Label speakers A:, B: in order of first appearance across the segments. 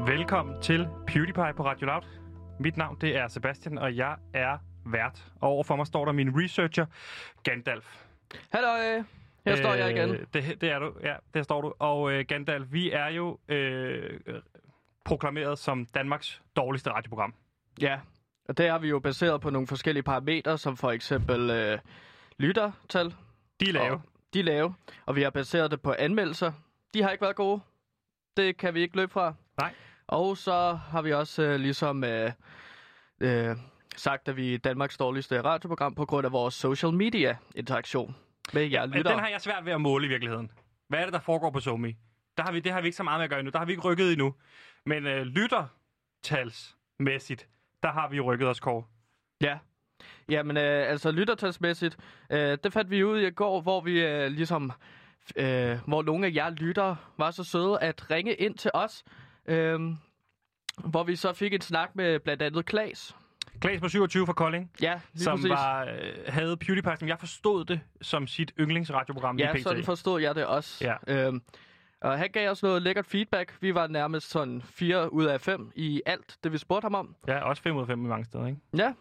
A: velkommen til PewDiePie på Radio Loud. Mit navn det er Sebastian, og jeg er vært. Og overfor mig står der min researcher, Gandalf. Øh,
B: Hallo, her står jeg igen.
A: Det, det er du, ja, der står du. Og øh, Gandalf, vi er jo øh, proklameret som Danmarks dårligste radioprogram.
B: Ja, og det har vi jo baseret på nogle forskellige parametre, som for eksempel øh, lyttertal.
A: De er lave.
B: Og, de er lave, og vi har baseret det på anmeldelser. De har ikke været gode. Det kan vi ikke løbe fra.
A: Nej.
B: Og så har vi også øh, ligesom øh, øh, sagt, at vi er Danmarks dårligste radioprogram på grund af vores social media interaktion med jer
A: Men
B: lyttere.
A: den har jeg svært ved at måle i virkeligheden. Hvad er det, der foregår på Zomi? Der har vi, det har vi ikke så meget med at gøre endnu. Der har vi ikke rykket endnu. Men øh, lyttertalsmæssigt, der har vi rykket os, Kåre.
B: Ja. Jamen, øh, altså lyttertalsmæssigt, øh, det fandt vi ud i går, hvor vi øh, ligesom, øh, hvor nogle af jer lyttere var så søde at ringe ind til os, øh, hvor vi så fik en snak med blandt andet Klaas.
A: Klaas på 27 fra Kolding,
B: Ja, lige
A: som
B: præcis.
A: var, øh, havde PewDiePie, som jeg forstod det, som sit yndlingsradioprogram i
B: ja,
A: PT.
B: sådan forstod jeg det også.
A: Ja.
B: Øhm, og han gav os noget lækkert feedback. Vi var nærmest sådan 4 ud af 5 i alt, det vi spurgte ham om.
A: Ja, også 5 ud af 5 i mange steder, ikke?
B: Ja,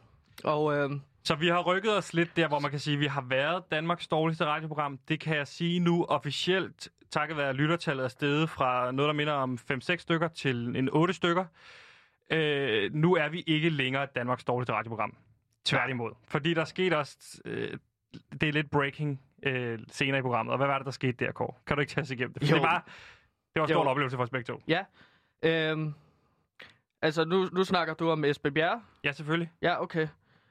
B: og øhm,
A: Så vi har rykket os lidt der, hvor man kan sige, at vi har været Danmarks dårligste radioprogram. Det kan jeg sige nu officielt, takket være at lyttertallet er steget fra noget, der minder om 5-6 stykker til en 8 stykker. Øh, nu er vi ikke længere Danmarks dårligste radioprogram. Tværtimod. Fordi der skete også... Øh, det er lidt breaking øh, senere i programmet. Og hvad var det, der skete der, Kåre? Kan du ikke tage os igennem det? For
B: Jo.
A: det var, det var en stor
B: Jo.
A: oplevelse for os begge to.
B: ja, øhm, altså nu, nu snakker du om Esben Bjerre.
A: Ja, selvfølgelig.
B: Ja, okay.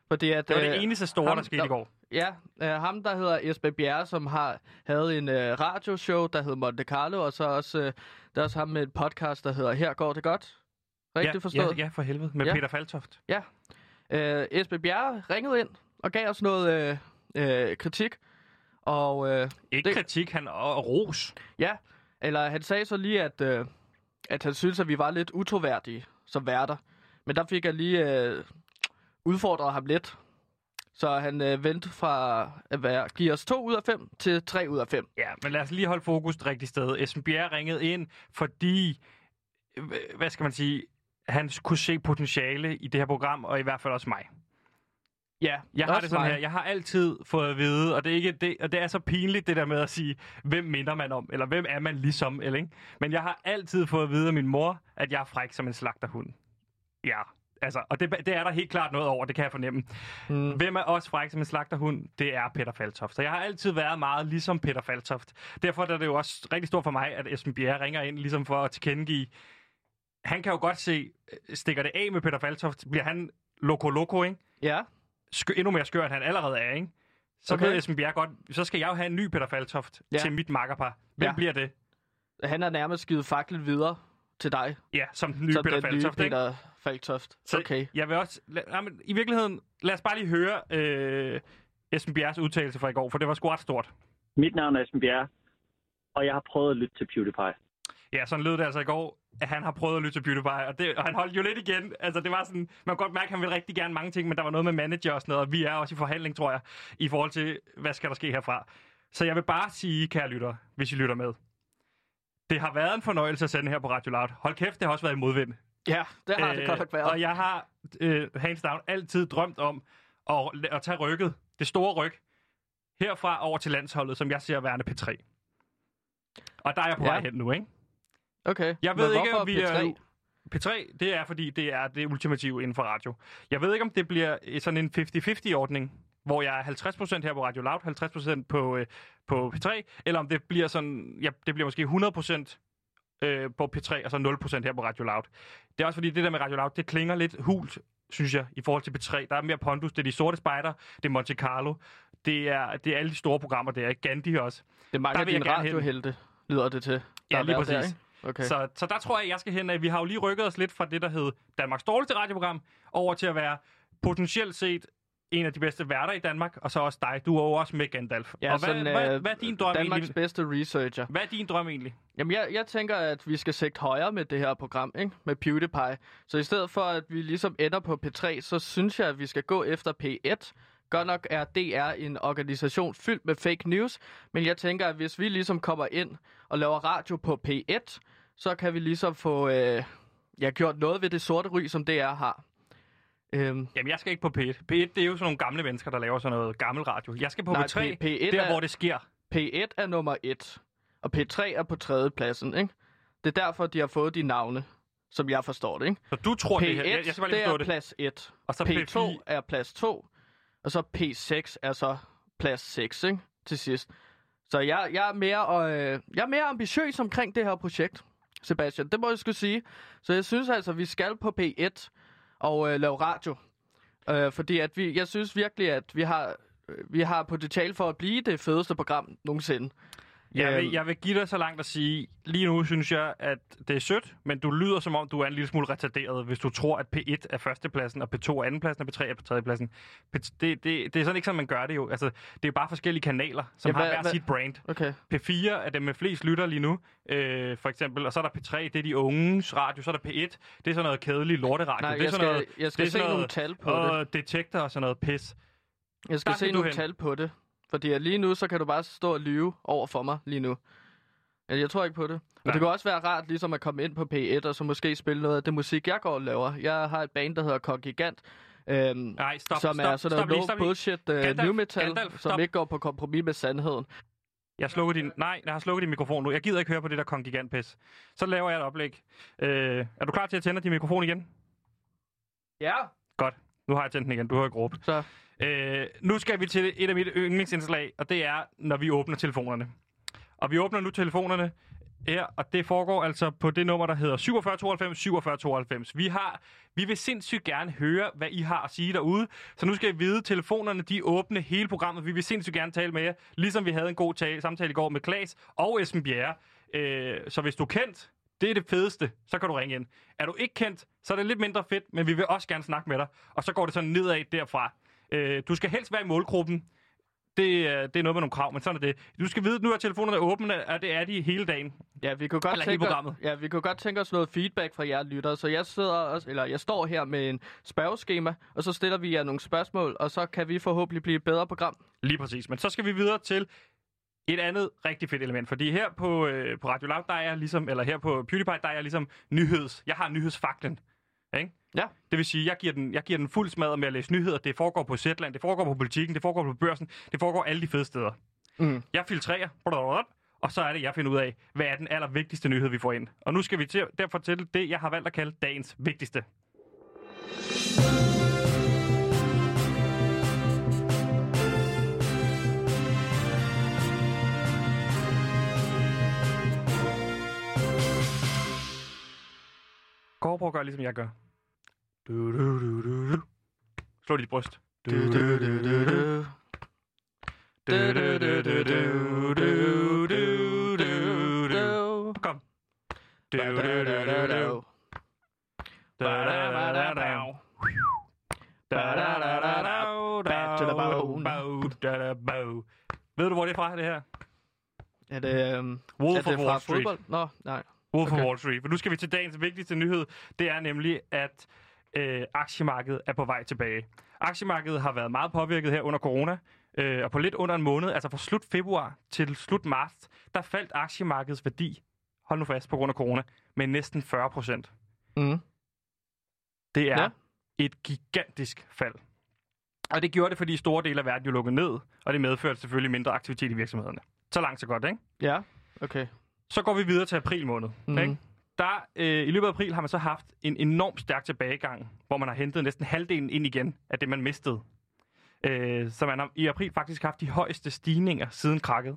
B: Fordi at,
A: Det var det
B: øh,
A: eneste store,
B: ham-
A: der skete i
B: der-
A: går.
B: Ja, øh, ham der hedder Esben Bjerre, som har, havde en øh, radioshow, der hed Monte Carlo, og så også, øh, der er også ham med en podcast, der hedder Her går det godt. Rigtigt
A: ja,
B: forstået?
A: Ja, ja, for helvede. Med
B: Ja.
A: Peter Faltoft.
B: Øh, Esben Bjerre ringede ind og gav os noget øh, øh, kritik, og øh,
A: Ikke det...
B: Det-
A: kritik, han og ros.
B: ja, eller han sagde så lige, at, øh, at han synes at vi var lidt utroværdige som værter, men der fik jeg lige øh, udfordret ham lidt, så han øh, vendte fra at være, give os 2 ud af 5 til 3 ud af 5.
A: Ja, men lad os lige holde fokus det rigtige sted. Esben Bjerre ringede ind, fordi, øh, hvad skal man sige, han kunne se potentiale i det her program, og i hvert fald også mig.
B: Ja,
A: Jeg har
B: også
A: det sådan
B: mig.
A: her, jeg har altid fået at vide, og det er, ikke det, og det er så pinligt det der med at sige, hvem minder man om, eller hvem er man ligesom, eller ikke? Men jeg har altid fået at vide af min mor, at jeg er fræk som en slagterhund. Ja, altså, og det, det er der helt klart noget over, det kan jeg fornemme.
B: Mm.
A: Hvem er også fræk som en slagterhund? Det er Peter Faltoft. Så jeg har altid været meget ligesom Peter Faltoft. Derfor er det jo også rigtig stort for mig, at Esben Bjerre ringer ind ligesom for at tilkendegive. Han kan jo godt se, øh, stikker det af med Peter Faltoft, bliver han loko-loko, ikke?
B: Ja,
A: Skø- endnu mere skør, end han allerede er, ikke? Så okay.
B: Okay.
A: ved Esben Bjerre godt, så skal jeg jo have en ny Peter Faltoft ja.
B: Ja.
A: til mit makkerpar. Hvem ja.
B: Ja.
A: bliver det?
B: han har nærmest givet faklen videre til dig,
A: Ja, som den nye
B: som
A: Peter
B: den nye
A: Faltoft, ikke?
B: Peter Falktoft.
A: Så
B: Okay.
A: jeg vil også... Lad, nej, men I virkeligheden, lad os bare lige høre øh, Esben Bjerres udtalelse fra i går, for det var sgu ret stort.
C: Mit navn er Esben Bjerre, og jeg har prøvet at lytte til PewDiePie.
A: Ja, sådan lød det altså i går, at han har prøvet at lytte til PewDiePie, og, det, og han holdt jo lidt igen. Altså, det var sådan, man kunne godt mærke, at han ville rigtig gerne mange ting, men der var noget med manager og sådan noget, og vi er også i forhandling, tror jeg, i forhold til, hvad skal der ske herfra. Så jeg vil bare sige, kære lytter, hvis I lytter med, det har været en fornøjelse at sende her på Radio Loud. Hold kæft, det har også været i modvind.
B: Ja, det har øh, det godt nok været.
A: Og jeg har, øh, hands down, altid drømt om at, at tage rykket, det store ryg, herfra over til landsholdet, som jeg ser værende P3. Og der er jeg på
B: Ja.
A: vej hen nu, ikke?
B: Okay.
A: Jeg ved
B: Men
A: ikke,
B: hvorfor
A: om vi er...
B: P3?
A: P3, det er fordi, det er det ultimative inden for radio. Jeg ved ikke, om det bliver øh, sådan en 50-50-ordning, hvor jeg er 50% her på Radio Loud, 50% på, øh, på P3, eller om det bliver sådan, ja, det bliver måske 100% øh, på P3, og så 0% her på Radio Loud. Det er også fordi, det der med Radio Loud, det klinger lidt hult, synes jeg, i forhold til P3. Der er mere pondus, det er de sorte spejder, det er Monte Carlo, det er, det er alle de store programmer, det er Gandhi også.
B: Det er mange
A: Der
B: af
A: vil jeg
B: dine
A: gerne hen.
B: radiohelte, lyder det til. der har
A: lige
B: været
A: præcis.
B: ikke? okay.
A: Så, så der tror jeg, jeg skal hen af. Vi har jo lige rykket os lidt fra det, der hed Danmarks dårligste radioprogram, over til at være potentielt set en af de bedste værter i Danmark, og så også dig. Du er jo også med Gandalf.
B: ja,
A: og hvad,
B: sådan,
A: hvad,
B: øh,
A: hvad, er din drøm
B: Danmarks
A: egentlig?
B: bedste researcher.
A: Hvad er din drøm egentlig?
B: Jamen, jeg, jeg tænker, at vi skal sigte højere med det her program, ikke? Med PewDiePie. Så i stedet for, at vi ligesom ender på P3, så synes jeg, at vi skal gå efter P1. Godt nok er DR en organisation fyldt med fake news, men jeg tænker, at hvis vi ligesom kommer ind og laver radio på P1, så kan vi ligesom få, øh, jeg har gjort noget ved det sorte ry, som DR har. Øhm,
A: Jamen, jeg skal ikke på P1. P1, det er jo sådan nogle gamle mennesker, der laver sådan noget gammel radio. Jeg skal på
B: Nej,
A: P3,
B: P- P1
A: der
B: er-
A: hvor det sker.
B: P1 er nummer 1, og P3 er på tredje pladsen, ikke? Det er derfor, de har fået de navne, som jeg forstår det, ikke?
A: Så du tror
B: P1,
A: det her. Jeg, jeg skal bare lige
B: det er
A: forstå det.
B: plads 1.
A: Og så
B: P2
A: P4.
B: er plads 2, og så P6 er så plads 6, ikke? Til sidst. Så jeg, jeg, er mere, øh, jeg er mere ambitiøs omkring det her projekt, Sebastian. Det må jeg skulle sige. Så jeg synes altså, vi skal på P1 og øh, lave radio. Øh, fordi at vi, jeg synes virkelig, at vi har, øh, vi har potentiale for at blive det fedeste program nogensinde.
A: Jeg vil,
B: Øhm,
A: jeg vil give dig så langt at sige, lige nu synes jeg, at det er sødt, men du lyder som om, du er en lille smule retarderet, hvis du tror, at P1 er førstepladsen, og P2 er andenpladsen, og P3 er på tredjepladsen. P- Det, det, det er sådan ikke sådan, man gør det jo. Altså, det er bare forskellige kanaler, som
B: Ja,
A: har
B: hvad-
A: hver
B: hvad-
A: sit brand.
B: Okay.
A: P4 er dem med flest lytter lige nu, øh, for eksempel. Og så er der P3, det er de unges radio. Så er der P1, det er sådan noget kedelig lorteradio.
B: Nej,
A: Altså, det er
B: jeg
A: sådan
B: skal,
A: noget,
B: jeg skal
A: det er
B: se
A: sådan
B: nogle
A: noget-
B: tal på det.
A: og detektor og sådan noget pis.
B: Jeg skal
A: Der
B: se
A: skal du
B: nogle
A: hen.
B: tal på det. Fordi at lige nu, så kan du bare stå og lyve over for mig lige nu. Ja, Jeg tror ikke på det. Og
A: Nej.
B: det kunne også være rart ligesom at komme ind på P1 og så måske spille noget af det musik, jeg går og laver. Jeg har et band, der hedder Kong Gigant. Øhm,
A: Nej, stop,
B: som
A: stop,
B: er sådan
A: stop,
B: noget
A: lige,
B: low
A: stop lige.
B: bullshit uh,
A: Gandalf,
B: new metal,
A: Gandalf,
B: som
A: stop.
B: ikke går på kompromis med sandheden.
A: Jeg slukker din... Nej, jeg har slukket din mikrofon nu. Jeg gider ikke høre på det der kong gigant pis. Så laver jeg et oplæg. Øh, er du klar til at tænde din mikrofon igen?
B: Ja.
A: Godt. Nu har jeg tændt den igen. Du har ikke råbet.
B: Så
A: Øh, nu skal vi til et af mit yndlingsindslag, og det er, når vi åbner telefonerne. Og vi åbner nu telefonerne her, og det foregår altså på det nummer, der hedder 4792 4792. Vi, har, vi vil sindssygt gerne høre, hvad I har at sige derude. Så nu skal I vide, telefonerne de er åbne hele programmet. Vi vil sindssygt gerne tale med jer, ligesom vi havde en god tale, samtale i går med Klaas og Esben Bjerre. Øh, så hvis du er kendt, det er det fedeste, så kan du ringe ind. Er du ikke kendt, så er det lidt mindre fedt, men vi vil også gerne snakke med dig. Og så går det sådan nedad derfra. Øh, du skal helst være i målgruppen. Det, øh, det er noget med nogle krav, men sådan er det. Du skal vide, nu er telefonerne åbne, og det er de hele dagen.
B: ja, vi kunne godt
A: Eller hele
B: tænke,
A: programmet.
B: ja, vi kunne godt tænke os noget feedback fra jer lyttere. Så jeg sidder også, eller jeg står her med en spørgeskema, og så stiller vi jer nogle spørgsmål, og så kan vi forhåbentlig blive et bedre program.
A: Lige præcis. Men så skal vi videre til et andet rigtig fedt element, fordi her på, øh, på Radio Loud, der er jeg ligesom, eller her på PewDiePie, der er jeg ligesom nyheds. Jeg har nyhedsfaklen. Ikke?
B: Ja.
A: Det vil sige, jeg giver den, jeg giver den fuld smadret med at læse nyheder. Det foregår på Zetland, det foregår på politikken, det foregår på børsen, det foregår alle de fede steder.
B: Mm.
A: Jeg filtrerer, blablabla, og så er det, jeg finder ud af, hvad er den allervigtigste nyhed, vi får ind. Og nu skal vi til, derfor til det, jeg har valgt at kalde dagens vigtigste. Gå over og gør, ligesom jeg gør. Du, du, du, du, du. Slå dit bryst. Du, du, du, du, du. Kom.
B: Back to the bone.
A: Ved du, hvor det er fra, det her?
B: Er det, øhm,
A: Wolf
B: er
A: of
B: det fra
A: Wall Street.
B: fodbold? Nå, nej.
A: Wolf
B: Okay.
A: of Wall Street. For nu skal vi til dagens vigtigste nyhed. Det er nemlig, at øh, aktiemarkedet er på vej tilbage. Aktiemarkedet har været meget påvirket her under corona, øh, og på lidt under en måned, altså fra slut februar til slut marts, der faldt aktiemarkedets værdi, hold nu fast, på grund af corona, med næsten 40 procent.
B: Mm.
A: Det er
B: Ja.
A: ja. et gigantisk fald. Og det gjorde det, fordi store dele af verden jo lukkede ned, og det medførte selvfølgelig mindre aktivitet i virksomhederne. Så langt, så godt, ikke?
B: Ja, okay.
A: Så går vi videre til april måned.
B: Mhm.
A: Mm. Ikke? Der, øh, I løbet af april har man så haft en enorm stærk tilbagegang, hvor man har hentet næsten halvdelen ind igen af det, man mistede. Øh, så man har i april faktisk haft de højeste stigninger siden krakket.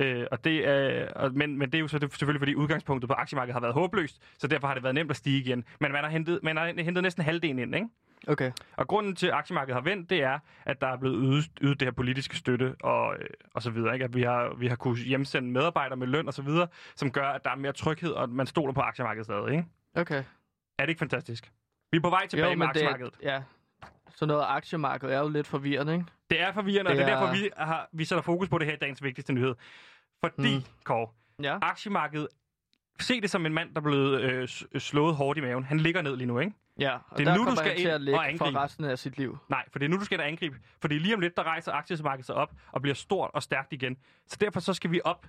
A: Øh, og det er, og, men, men det er jo så det, selvfølgelig, fordi udgangspunktet på aktiemarkedet har været håbløst, så derfor har det været nemt at stige igen. Men man har hentet, man har hentet næsten halvdelen ind, ikke?
B: Okay.
A: Og grunden til, at aktiemarkedet har vendt, det er, at der er blevet ydet, ydet det her politiske støtte og, øh, og så videre. Ikke? At vi har, vi har kunnet hjemsende medarbejdere med løn og så videre, som gør, at der er mere tryghed, og at man stoler på aktiemarkedet stadig. Ikke?
B: Okay.
A: Er det ikke fantastisk? Vi er på vej tilbage jo, med
B: det
A: aktiemarkedet.
B: er, ja. Så noget aktiemarked er jo lidt forvirrende, ikke?
A: Det er forvirrende,
B: Det
A: og det er
B: er-
A: derfor, vi, har, vi sætter fokus på det her i dagens vigtigste nyhed. Fordi,
B: Mm.
A: mm. Kåre,
B: Ja.
A: aktiemarkedet, se det som en mand, der er blevet øh, s- slået hårdt i maven. Han ligger ned lige nu, ikke?
B: Ja, og
A: det er
B: der
A: nu, du
B: kommer
A: skal
B: han til
A: ind
B: at ligge
A: og
B: for
A: angribe.
B: resten af sit liv.
A: Nej, for det er nu, du skal da angribe. Fordi lige om lidt, der rejser aktiemarkedet sig op og bliver stort og stærkt igen. Så derfor så skal vi op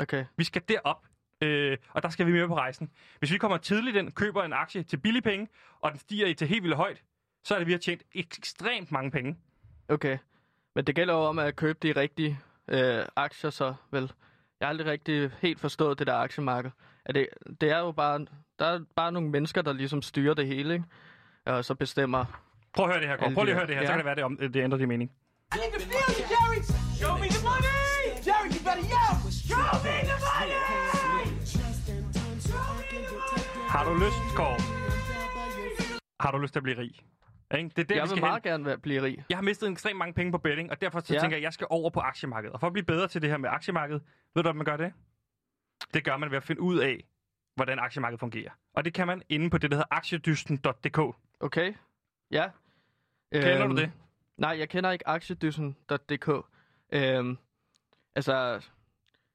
B: Okay.
A: Vi skal derop. Øh, og der skal vi med på rejsen. Hvis vi kommer tidligt ind, køber en aktie til billig penge, og den stiger i til helt vildt højt, så er det, vi har tjent ekstremt mange penge.
B: Okay. Men det gælder jo om at købe de rigtige øh, aktier så, vel? Jeg har aldrig rigtig helt forstået det der aktiemarked. Er det, det er jo bare, der er bare nogle mennesker, der ligesom styrer det hele, ikke? Øh, Og så bestemmer.
A: Prøv at høre det her, Kåre. Prøv lige at høre det her,
B: Ja.
A: så kan det være, det, om, det ændrer din mening.
D: I can feel you, Jerry! Show me the money! Jerry, you better yell! Show me the money!
A: Har du lyst, Kåre? Har du lyst til at blive rig? Ikke? Det er der,
B: Jeg
A: vi
B: vil
A: skal
B: meget
A: hen.
B: gerne være, blive rig.
A: Jeg har mistet ekstremt mange penge på betting, og derfor så
B: Ja.
A: ja. tænker jeg, at jeg skal over på aktiemarkedet. Og for at blive bedre til det her med aktiemarkedet, ved du, hvordan man gør det? Det gør man ved at finde ud af, hvordan aktiemarkedet fungerer. Og det kan man inde på det, der hedder aktiedysten.dk.
B: Okay? Ja.
A: Kender
B: Øhm.
A: du det?
B: Nej, jeg kender ikke aktiedyssen.dk. Øhm, altså,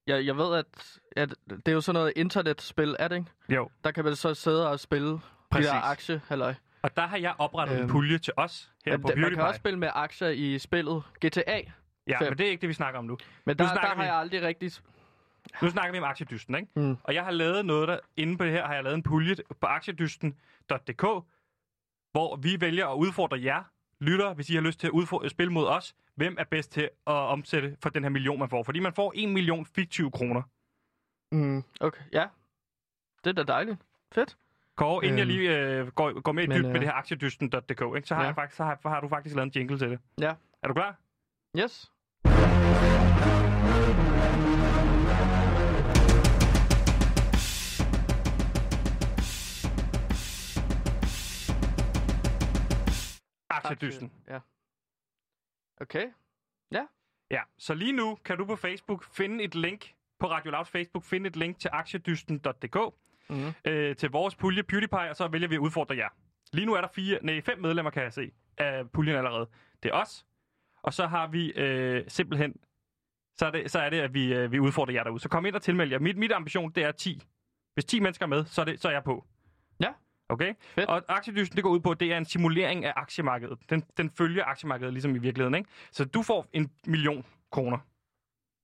B: jeg, jeg ved, at, at det er jo sådan noget internetspil, er det ikke?
A: Jo.
B: Der kan man så sidde og spille Præcis.
A: Præcis.
B: de der aktie, halløj.
A: Og der har jeg oprettet øhm.
B: Øhm.
A: en pulje til os her
B: Men
A: på
B: det- man kan
A: PewDiePie.
B: også spille med aktier i spillet GTA.
A: Ja,
B: fem.
A: men det er ikke det, vi snakker om nu.
B: Men
A: Nu
B: der, der
A: snakker
B: har
A: vi-
B: jeg aldrig rigtig... s-
A: Nu snakker vi om aktiedysten, ikke?
B: Mm.
A: Mm. Og jeg har lavet noget der, inde på det her, har jeg lavet en pulje på aktiedysten.dk, hvor vi vælger at udfordre jer, lytter, hvis I har lyst til at udfordre, spille mod os, hvem er bedst til at omsætte for den her million, man får. Fordi man får 1 million fiktive kroner.
B: Mm, okay, ja. Det er da dejligt. Fedt.
A: Kåre, inden øh, jeg
B: Øhm,
A: lige øh, går, går mere i
B: men,
A: dybden med
B: øh,
A: det her aktiedysten.dk, ikke? Så, har, ja.
B: ja.
A: jeg faktisk, så, har, så har du faktisk lavet en jingle til det.
B: Ja.
A: Er du klar?
B: Yes.
A: Aktiedysten.
B: øh, Ja. Okay.
A: Ja, så lige nu kan du på Facebook finde et link, på Radio Louds Facebook, finde et link til aktiedysten.dk,
B: Mhm.
A: mm. øh, til vores pulje PewDiePie, og så vælger vi at udfordre jer. Lige nu er der fire, nej, fem medlemmer, kan jeg se, af puljen allerede. Det er os, og så har vi øh, simpelthen, så er, det, så er det, at vi, øh, vi udfordrer jer derude. Så kom ind og tilmeld jer. Mit, mit ambition, det er 10. Hvis 10 mennesker er med, så er, det, så er jeg på.
B: Ja.
A: Okay?
B: Fedt.
A: Og aktiedysen, det går ud på, det er en simulering af aktiemarkedet. Den, den følger aktiemarkedet ligesom i virkeligheden, ikke? Så du får en million kroner.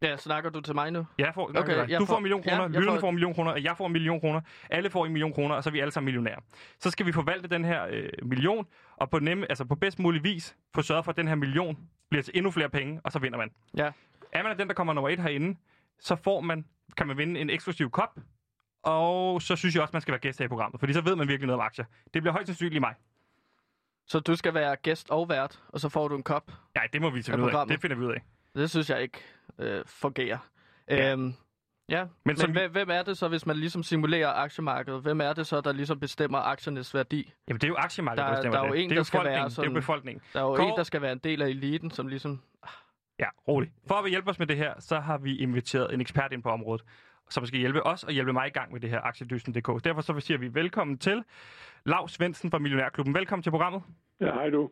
B: Ja, snakker du til mig nu?
A: Jeg får,
B: Okay,
A: okay,
B: jeg
A: jeg du får
B: får-
A: en million
B: ja,
A: kroner, ja,
B: jeg
A: lytterne
B: får-
A: får... en million kroner, og jeg får en million kroner. Alle får en million kroner, og så er vi alle sammen millionærer. Så skal vi forvalte den her øh, million, og på, nemme, altså på bedst mulig vis få sørget for, at den her million bliver til endnu flere penge, og så vinder man.
B: Ja.
A: Er man af den, der kommer nummer et herinde, så får man, kan man vinde en eksklusiv kop, og så synes jeg også, man skal være gæst her i programmet, fordi så ved man virkelig noget om aktier. Det bliver højst sandsynligt mig.
B: Så du skal være gæst og vært, og så får du en kop.
A: Nej, det må vi
B: Af
A: finde ud af.
B: programmet.
A: Det finder vi ud af.
B: Det synes jeg ikke øh, fungerer. Ja.
A: Ja.
B: Øhm, ja. Men,
A: som
B: Men
A: vi-
B: hvem, hvem er det så, hvis man ligesom simulerer aktiemarkedet? Hvem er det så, der ligesom bestemmer aktiernes værdi?
A: Jamen, det er jo aktiemarkedet,
B: Der-
A: der, bestemmer
B: der er jo
A: det.
B: en,
A: det er
B: der
A: jo
B: skal være
A: befolkningen. Det er
B: sådan-
A: jo befolkningen.
B: Der er jo
A: Kåre-
B: en, der skal være en del af eliten, som ligesom...
A: Ja, rolig. For at hjælpe os med det her, så har vi inviteret en ekspert ind på området, som skal hjælpe os og hjælpe mig i gang med det her aktiedysten.dk. Derfor så siger vi velkommen til Lav Svendsen fra Millionærklubben. Velkommen til programmet.
E: Ja, hej du.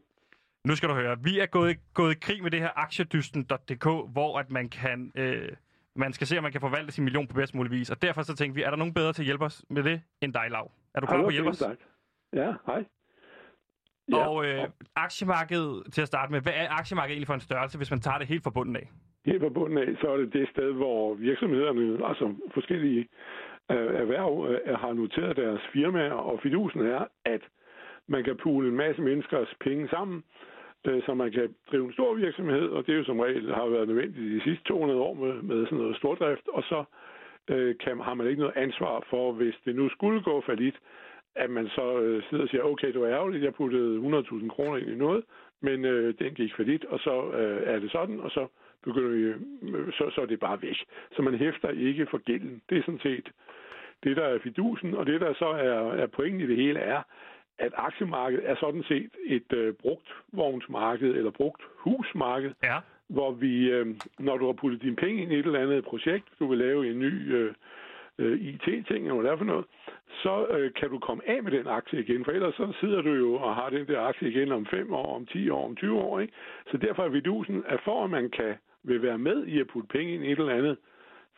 A: Nu skal du høre, vi er gået, gået i krig med det her aktiedysten.dk, hvor at man kan... Øh, man skal se, om man kan forvalte sin million på bedst mulig vis. Og derfor så tænkte vi, er der nogen bedre til at hjælpe os med det end dig, Lav? Er du klar
E: Hallo,
A: på at hjælpe
E: fint
A: os?
E: sagt. Ja, hej.
A: Ja. Og øh, aktiemarkedet til at starte med, hvad er aktiemarkedet egentlig for en størrelse, hvis man tager det helt fra bunden af?
E: Helt på bunden af, så er det det sted, hvor virksomhederne, altså forskellige øh, erhverv, øh, har noteret deres firmaer, og fidusen er, at man kan pule en masse menneskers penge sammen, øh, så man kan drive en stor virksomhed, og det er jo som regel har været nødvendigt de sidste 200 år med, med sådan noget stordrift, og så øh, kan, har man ikke noget ansvar for, hvis det nu skulle gå falit, at man så øh, sidder og siger, okay, det var ærgerligt, jeg puttede 100.000 kroner ind i noget, men øh, den gik falit, og så øh, er det sådan, og så begynder vi, øh, så, så er det bare væk. Så man hæfter ikke for gælden. Det er sådan set det, der er fidusen, og det, der så er, er pointen i det hele, er, at aktiemarkedet er sådan set et øh, brugt vognsmarked eller brugt husmarked,
A: Ja.
E: hvor vi, øh, når du har puttet dine penge ind i et eller andet projekt, du vil lave en ny øh, øh, IT-ting, eller hvad det er for noget, så øh, kan du komme af med den aktie igen, for ellers så sidder du jo og har den der aktie igen om 5 år, om 10 år, om 20 år. Ikke? Så derfor er vidusen, at for at man kan vil være med i at putte penge ind i et eller andet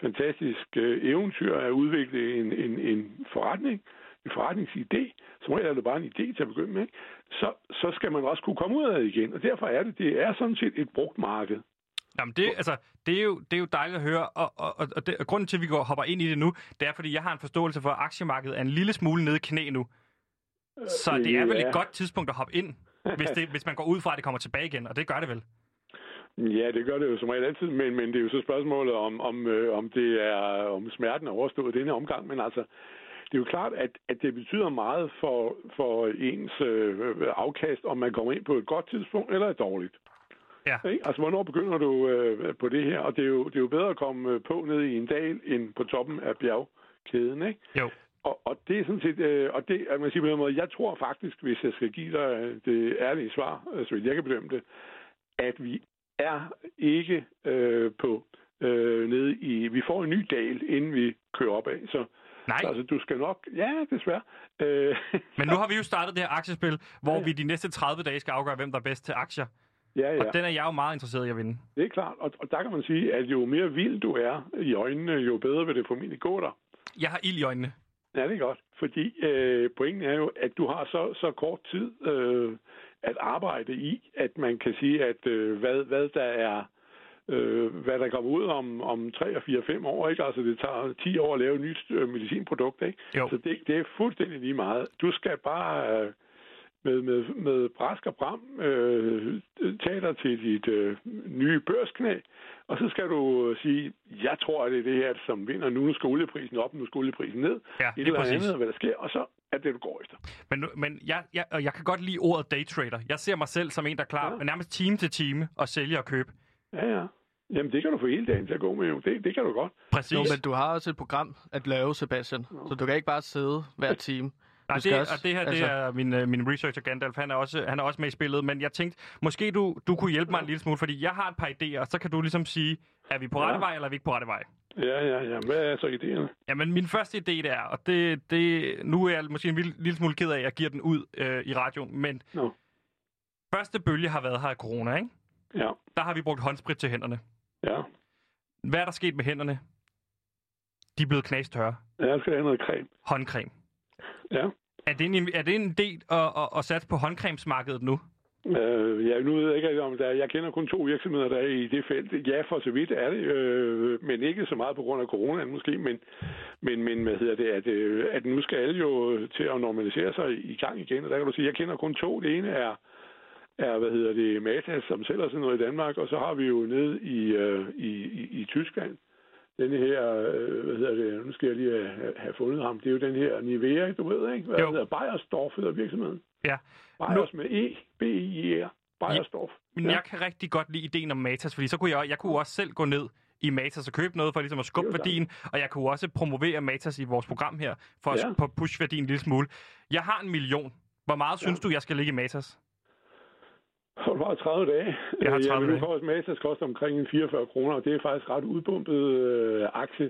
E: fantastisk øh, eventyr at udvikle en, en, en forretning, en forretningsidé, som regel er det bare en idé til at begynde med, ikke? så, så skal man også kunne komme ud af det igen. Og derfor er det, det er sådan set et brugt marked.
A: Jamen det, altså, det, er jo, det er jo dejligt at høre, og, og, og, og, det, og grunden til, at vi går hopper ind i det nu, det er, fordi jeg har en forståelse for, at aktiemarkedet er en lille smule nede i knæ nu. Så det er vel
E: Ja.
A: et godt tidspunkt at hoppe ind, hvis, det, hvis man går ud fra, at det kommer tilbage igen, og det gør det vel.
E: Ja, det gør det jo som regel altid, men, men det er jo så spørgsmålet om, om, øh, om, det er, om smerten er overstået denne omgang. Men altså, det er jo klart, at, at det betyder meget for, for ens øh, afkast, om man kommer ind på et godt tidspunkt eller et dårligt.
A: Ja.
E: Ikke? Altså, hvornår begynder du øh, på det her? Og det er, jo, det er jo bedre at komme øh, på ned i en dal, end på toppen af bjergkæden, ikke?
A: Jo.
E: Og, og det er sådan set, øh, og det, at man siger på den måde, jeg tror faktisk, hvis jeg skal give dig øh, det ærlige svar, øh, så vidt jeg kan bedømme det, at vi er ikke øh, på øh, nede i, vi får en ny dal, inden vi kører opad. Så,
A: Nej,
E: så altså, du skal nok, ja, desværre. Øh,
A: men nu har vi jo startet det her aktiespil, hvor vi de næste 30 dage skal afgøre, hvem der er bedst til aktier.
E: ja, ja.
A: Og den er jeg jo meget interesseret i at vinde.
E: Det er klart, og, og der kan man sige, at jo mere vild du er i øjnene, jo bedre vil det formentlig gå dig.
A: Jeg har ild i øjnene.
E: Ja, det er godt, fordi øh, pointen er jo, at du har så, så kort tid øh, at arbejde i, at man kan sige, at øh, hvad, hvad der er, øh, hvad der kommer ud om, om 3, 4, 5 år, ikke? Altså, det tager 10 år at lave et nyt øh, medicinprodukt, ikke?
A: Jo.
E: Så det, det er fuldstændig lige meget. Du skal bare øh, med, med, med brask og bram øh, tage dig til dit øh, nye børsknæ, og så skal du øh, sige, jeg tror, at det er det her, som vinder. Nu er skoleprisen op, nu er skoleprisen ned.
A: Ja,
E: et
A: lige
E: eller
A: præcis.
E: andet, hvad der sker, og så er det, du går efter.
A: Men, nu- men jeg, jeg, og jeg kan godt lide ordet daytrader. Jeg ser mig selv som en, der klarer ja. nærmest time til time at sælge og købe.
E: Ja, ja. Jamen, det kan du få hele dagen til at gå med, jo. Det, det kan du godt.
A: Præcis.
B: Jo, men du har også et program at lave, Sebastian. Så du kan ikke bare sidde hver time.
A: Nej,
B: Du skal
A: det,
B: også-
A: og det her, altså... det er min, øh, min researcher Gandalf, han er, også, han er også med i spillet, men jeg tænkte, måske du, du kunne hjælpe mig en lille smule, fordi jeg har et par idéer, og så kan du ligesom sige, er vi på rette
E: Ja.
A: vej, eller er vi ikke på rette vej?
E: Ja, ja, ja. Hvad er så idéerne?
A: Jamen, min første idé det er, og det, det, nu er jeg måske en lille, lille smule ked af, at jeg giver den ud øh, i radioen, men
E: Nå.
A: første bølge har været her af corona, ikke?
E: Ja,
A: Der har vi brugt håndsprit til hænderne.
E: ja.
A: Hvad er der sket med hænderne? De er blevet knastørre.
E: Ja, Jeg skal have noget creme.
A: Håndcreme.
E: Ja.
A: Er det en, er det en del at, at, at satse på håndcremesmarkedet nu?
E: Øh, ja, nu ved jeg ikke, rigtig, om der Jeg kender kun to virksomheder, der er i det felt. Ja, for så vidt er det, øh, men ikke så meget på grund af coronaen måske, men, men, men hvad hedder det, at, øh, at nu skal alle jo til at normalisere sig i gang igen, og der kan du sige, jeg kender kun to. Det ene er, er hvad hedder det, Matas, som sælger sådan noget i Danmark, og så har vi jo nede i, øh, i, i, i Tyskland, denne her, øh, hvad hedder det, nu skal jeg lige have, have fundet ham, det er jo den her Nivea, du ved, ikke? Hvad
A: Jo.
E: hedder Beiersdorf hedder virksomheden.
A: Ja.
E: Beyers med E, B-I-E-R, Beiersdorf.
A: Men ja. jeg kan rigtig godt lide ideen om Matas, fordi så kunne jeg, jeg kunne også selv gå ned i Matas og købe noget for ligesom at skubbe
E: Det er jo
A: værdien, og jeg kunne også promovere Matas i vores program her, for at
E: Ja.
A: ja. pushe værdien en lille smule. Jeg har en million. Hvor meget ja. synes du, jeg skal ligge i Matas?
E: For bare 30 dage.
A: Jeg har 30
E: men nu
A: dage.
E: får også Matas koster omkring en 44 kroner, og det er faktisk ret udbumpet øh, aktie.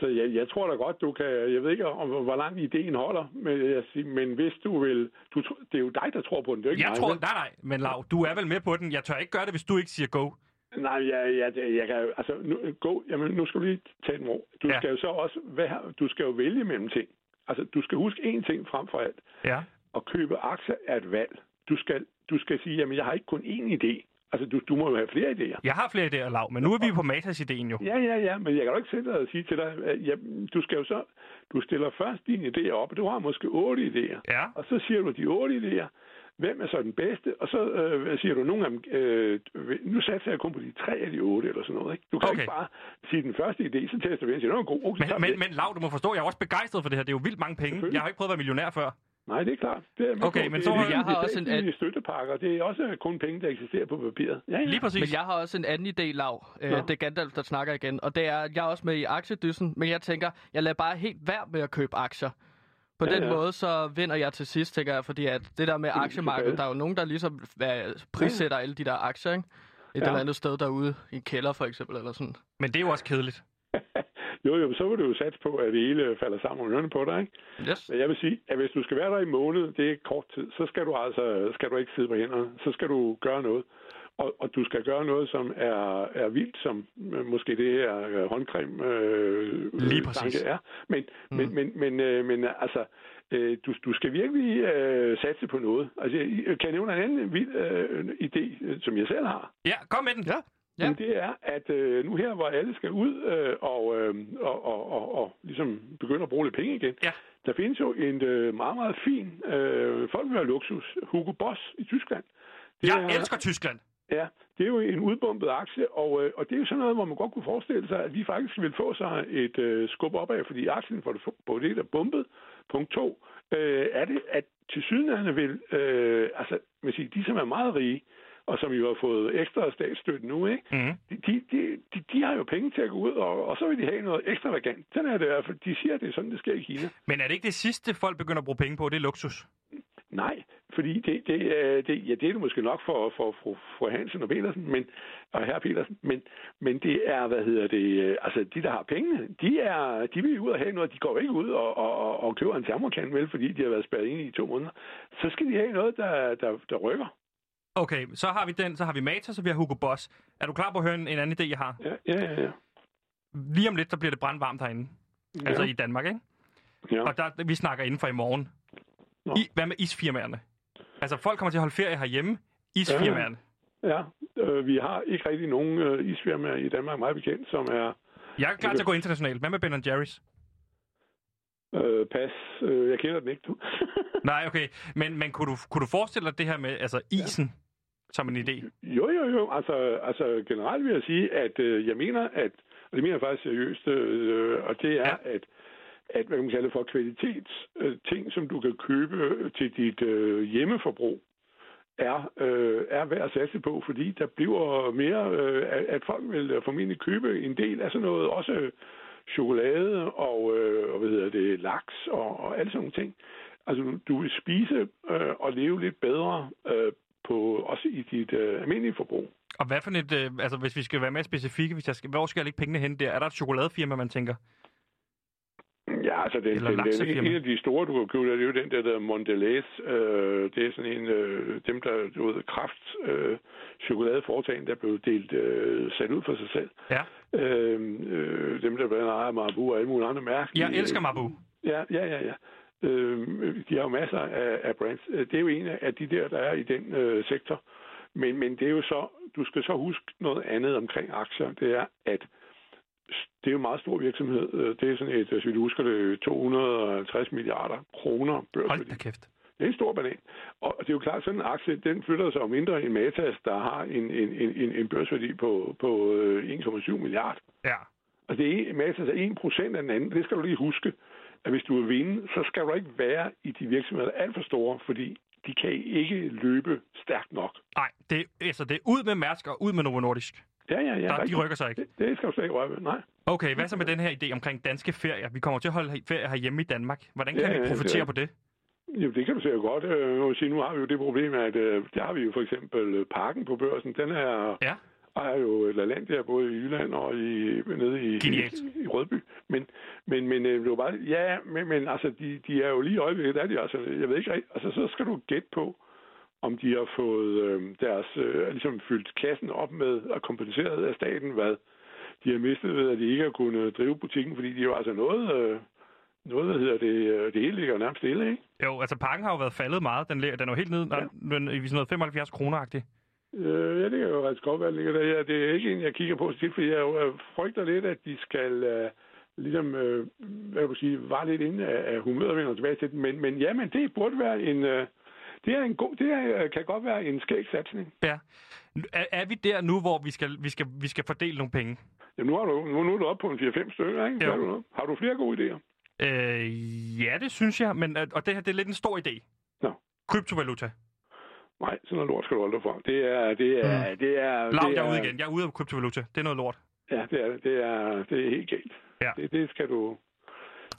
E: Så jeg, jeg tror da godt, du kan... Jeg ved ikke, om, hvor langt ideen holder, men, jeg siger, men hvis du vil... Du, tro- det er jo dig, der tror på den. Det er jo ikke
A: Jeg
E: mig,
A: tror,
E: vel?
A: nej nej, men Lav, du er vel med på den. Jeg tør ikke gøre det, hvis du ikke siger go.
E: Nej, jeg, jeg, jeg, jeg kan jo- altså, nu, gå, jamen, nu skal du lige tage den ro. Du
A: Ja.
E: ja. skal jo så også, hvad, har- du skal jo vælge mellem ting. Altså, du skal huske én ting frem for alt.
A: Ja.
E: At købe aktier er et valg. Du skal, du skal sige, jamen, jeg har ikke kun én idé. Altså, du, du må jo have flere idéer.
A: Jeg har flere idéer, Lav, men nu er vi på Matas-ideen jo.
E: Ja, ja, ja, men jeg kan jo ikke sætte dig og sige til dig, at ja, du skal jo så, du stiller først dine idéer op, og du har måske otte idéer,
A: Ja.
E: og så siger du de otte idéer, hvem er så den bedste, og så øh, siger du nogle af dem, øh, nu satser jeg kun på de tre af de otte, eller sådan noget, ikke? Du kan
A: Okay.
E: ikke bare sige den første idé, så tester vi den, og siger, "Nå, den er god, okay,
A: Men,
E: tager vi
A: men,
E: den."
A: men Lav, du må forstå, jeg er også begejstret for det her. Det er jo vildt mange penge.
E: Selvfølgelig.
A: Jeg har ikke prøvet at være millionær før.
E: Nej, det er klart. Det er, ligesom jeg med
A: Okay,
E: på.
A: men
E: det,
A: så
E: er,
A: har
E: det,
A: jeg-
E: er-
B: har
E: det er
B: også en-
E: statslige støttepakker, det er også kun penge, der eksisterer på papiret. Ja, ja.
A: Lige præcis.
B: Men jeg har også en anden idé, Lav. Øh,
E: Nå.
B: det er Gandalf, der snakker igen. Og det er, at jeg er også med i aktiedyssen, men jeg tænker, jeg lader bare helt værd med at købe aktier. På
E: Ja,
B: den
E: ja.
B: måde, så vinder jeg til sidst, tænker jeg, fordi at det der med aktiemarkedet, der er jo nogen, der ligesom hvad, prissætter alle de der aktier, ikke? Et
E: Ja.
B: eller andet sted derude, i en kælder for eksempel, eller sådan.
A: Men det er jo også kedeligt.
E: Jo, jo, så vil du jo satse på, at det hele falder sammen om ørerne på dig, ikke?
B: Yes.
E: Men Jeg vil sige, at hvis du skal være der i en måned, det er kort tid, så skal du altså skal du ikke sidde på hænderne. Så skal du gøre noget. Og, og du skal gøre noget, som er, er vildt, som øh, måske det her øh, håndcreme øh,
A: Lige
E: øh,
A: præcis.
E: tanke er. Men, mm. men, men, men, øh, men altså, øh, du, du skal virkelig øh, satse på noget. Altså, jeg kan jeg nævne en anden vild øh, idé, øh, som jeg selv har?
A: Ja, kom med den. Ja.
B: Ja.
E: Ja. Men det er, at øh, nu her, hvor alle skal ud øh, og, øh, og, og, og, og ligesom begynde at bruge lidt penge igen,
A: Ja.
E: der findes jo en øh, meget, meget fin øh, luksus, Hugo Boss i Tyskland. Det
A: Jeg
E: er-
A: elsker Tyskland.
E: Ja, det er jo en udbumpet aktie, og, øh, og det er jo sådan noget, hvor man godt kunne forestille sig, at vi faktisk ville få sig et øh, skub opad, fordi aktien for det, på det, der bumpet. Punkt to, øh, er det, at til sydenerne vil, øh, altså, man siger, de som er meget rige, og som jo har fået ekstra statsstøtte nu, ikke?
A: Mhm.
E: De, de, de, de, de har jo penge til at gå ud, og, og så vil de have noget ekstravagant. Sådan er det i hvert fald. De siger, at det er sådan, det sker i Kina.
A: Men er det ikke det sidste, folk begynder at bruge penge på? Det er luksus.
E: Nej, fordi det, det, øh, det, ja, det er det måske nok for, for, for, for Hansen og Petersen, men, og herre Petersen, men, men det er, hvad hedder det, øh, altså de, der har pengene, de, er, de vil jo ud og have noget, de går ikke ud og, og, og, og køber en termokan, vel, fordi de har været spærret inde i to måneder. Så skal de have noget, der, der, der rykker.
A: Okay, så har vi den, så har vi Matas, så vi har Hugo Boss. Er du klar på at høre en, en anden idé, jeg har?
E: Ja, ja, ja. ja.
A: Lige om lidt, så bliver det brandvarmt herinde. Altså
E: ja,
A: i Danmark, ikke?
E: ja.
A: Og der, vi snakker inden for i morgen.
E: Nå.
A: I, hvad med isfirmaerne? Altså, folk kommer til at holde ferie herhjemme. Isfirmaerne.
E: ja. Øh, vi har ikke rigtig nogen øh, isfirmaer i Danmark, meget bekendt, som er
A: Jeg er klar til at gå internationalt. Hvad med Ben Jerry's?
E: øh, pas. Øh, jeg kender den ikke, du.
A: Nej, okay. Men, men kunne, du, kunne du forestille dig det her med altså isen ja. som en idé?
E: Jo, jo, jo. Altså, altså generelt vil jeg sige, at øh, jeg mener, at, og det mener jeg faktisk seriøst, øh, og det er, ja. at, at hvad kan man kalde det for kvalitets, øh, ting, som du kan købe til dit øh, hjemmeforbrug, er, øh, er værd at satse på, fordi der bliver mere, øh, at- at folk vil formentlig købe en del af sådan noget, også chokolade og, øh, og hvad hedder det, laks og, og alle sådan nogle ting. Altså, du- du vil spise øh, og leve lidt bedre øh, på, også i dit øh, almindelige forbrug.
A: Og hvad for et, øh, altså hvis vi skal være mere specifikke, hvis jeg skal, hvor skal jeg lægge pengene hen der? Er der et chokoladefirma, man tænker?
E: Ja, altså den,
A: Eller
E: den, den,
A: laksefirma.
E: en af de store, du kan købe, det er jo den der, der Mondelez. Øh, det er sådan en, øh, dem der, du ved, kraft øh, chokoladeforetagen, der blev delt, øh, sat ud for sig selv.
A: Ja.
E: Øh, øh, dem, der blandt andet ejer Marabu og alle mulige andre mærker.
A: Jeg elsker Mabu.
E: Ja, ja, ja, ja. Øh, de har jo masser af, af brands. Øh, Det er jo en af de der, der er i den øh, sektor. Men, men det er jo så, du skal så huske noget andet omkring aktier. Det er, at s- det er jo en meget stor virksomhed. Øh, Det er sådan et, hvis vi husker det, 250 milliarder kroner
A: Hold da
E: børsværdi.
A: kæft.
E: Det er en stor banan. Og det er jo klart, sådan en aktie, den flytter sig jo mindre end Matas, der har en, en, en, en- en børsværdi på, på øh, 1,7 milliard.
A: Ja.
E: Og det er en- masse, altså 1% af den anden. Det skal du lige huske, at hvis du vil vinde, så skal du ikke være i de virksomheder, der er alt for store, fordi de kan ikke løbe stærkt nok.
A: Nej, det, altså det er ud med Mærsk og ud med Novo Nordisk.
E: Ja, ja, ja.
A: Der, de
E: rigtigt.
A: rykker sig ikke.
E: Det, det skal du slet ikke røre ved. Nej.
A: Okay, hvad så med den her idé omkring danske ferier? Vi kommer til at holde he- ferie herhjemme i Danmark. Hvordan kan
E: Ja,
A: ja,
E: ja,
A: vi
E: det er
A: profitere
E: det.
A: på det?
E: Jo, det kan du sikkert godt. Øh, jeg vil sige, nu har vi jo det problem, at øh, der har vi jo for eksempel øh, parken på børsen. Den er,
A: Ja.
E: ejer jo et land der, både i Jylland og i, nede i,
A: Genialt.
E: i, i Rødby. Men, men, men øh, det var bare, ja, men, men altså, de, de er jo lige i øjeblikket, der er de altså, jeg ved ikke rigtigt, altså, så skal du gætte på, om de har fået øh, deres, øh, ligesom fyldt kassen op med og kompenseret af staten, hvad de har mistet ved, at de ikke har kunnet drive butikken, fordi de jo altså noget, øh, noget, hvad hedder det, øh, det hele ligger jo nærmest stille, ikke?
A: Jo, altså pakken har jo været faldet meget. Den, ligger- den er jo helt ned, ja.
E: Ja.
A: den, i sådan noget 75 kroner -agtigt.
E: Øh, ja, det kan jo faktisk godt være, det ligger der. Ja, det er ikke en, jeg kigger på så tit, fordi jeg jo, øh, frygter lidt, at de skal øh, ligesom, øh, hvad kan du sige, var lidt inde af, af humøret og vender tilbage til den. Men, men ja, men det burde være en... Øh, det er en god, det er, øh, kan godt være en skæg satsning.
A: Ja. Nu- Er, er, vi der nu, hvor vi skal, vi skal, vi skal fordele nogle penge?
E: Jamen, nu, har du, nu, nu er du oppe på en 4-5 stykker, ikke?
A: Jo.
E: Har du, noget? har du flere gode idéer?
A: Øh, ja, det synes jeg, men, øh, og det her det er lidt en stor idé.
E: Nå.
A: Kryptovaluta.
E: Nej, sådan noget lort skal du holde dig fra. Det er... Det er, mm. det er,
A: Lav,
E: det
A: jeg er
E: er
A: ude igen. Jeg er ude af kryptovaluta. Det er noget lort.
E: Ja, det er, det er, det er helt galt.
A: Ja.
E: Det, det skal du...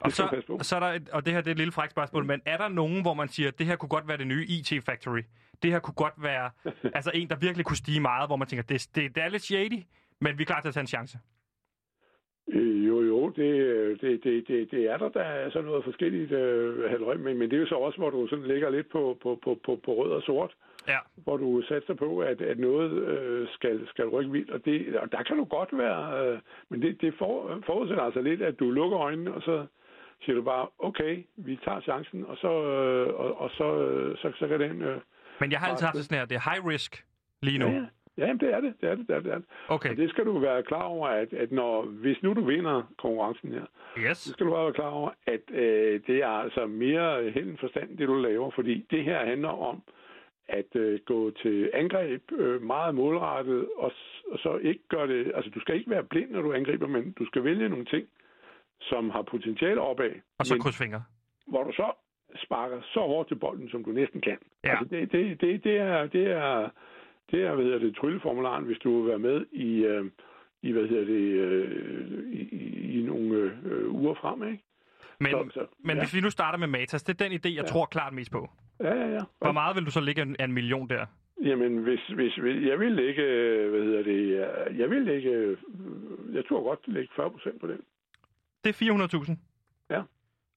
A: Og
E: Det skal du
A: så,
E: passe på. Mm.
A: og så er der et, og det her det er et lille frækt spørgsmål, men er der nogen, hvor man siger, at det her kunne godt være det nye IT Factory? Det her kunne godt være altså en, der virkelig kunne stige meget, hvor man tænker, det, det, det er lidt shady, men vi er klar til at tage en chance.
E: Øh, Jo, jo, det, øh, det, det, det, det er der, der er sådan noget forskelligt øh, halvøj, men, men det er jo så også, hvor du sådan ligger lidt på, på, på, på, på rød og sort,
A: Ja.
E: hvor du satser på, at, at noget øh, skal, skal rykke vildt, og, det, og der kan du godt være, øh, men det, det for, forudsætter altså lidt, at du lukker øjnene, og så siger du bare, okay, vi tager chancen, og så, øh, og, og så, øh, så, så kan den... Øh,
A: Men jeg har altid haft
E: Absolut.
A: det sådan her, det er high risk lige nu.
E: ja, ja, Jamen, det er det. Det er det. Det er det. det, er det.
A: Okay,
E: Og det skal du være klar over, at, at når, hvis nu du vinder konkurrencen her, så
A: yes.
E: skal du bare være klar over, at øh, det er altså mere held end forstand, det du laver, fordi det her handler om at øh, gå til angreb øh, meget målrettet, og, s- og så ikke gøre det... Altså, du skal ikke være blind, når du angriber, men du skal vælge nogle ting, som har potentiale opad,
A: Og så
E: men
A: kryds fingre.
E: hvor du så sparker så hårdt til bolden, som du næsten kan.
A: Ja.
E: Altså, det, det, det, det er, det er, det er, hvad hedder det, trylleformularen, hvis du vil være med i, øh, i hvad hedder det, øh, i, i, i nogle øh, øh, uger frem, ikke?
A: Men,
E: så,
A: men
E: ja.
A: hvis vi nu starter med Matas, det er den idé, jeg tror klart mest på.
E: Ja, ja, ja.
A: Hvor meget vil du så ligge af en- af en million der?
E: Jamen, hvis, hvis, hvis, jeg vil ikke, øh, hvad hedder det, øh, jeg vil ikke, øh, jeg tror godt, lægge 40 procent på den.
A: Det er 400.000?
E: Ja.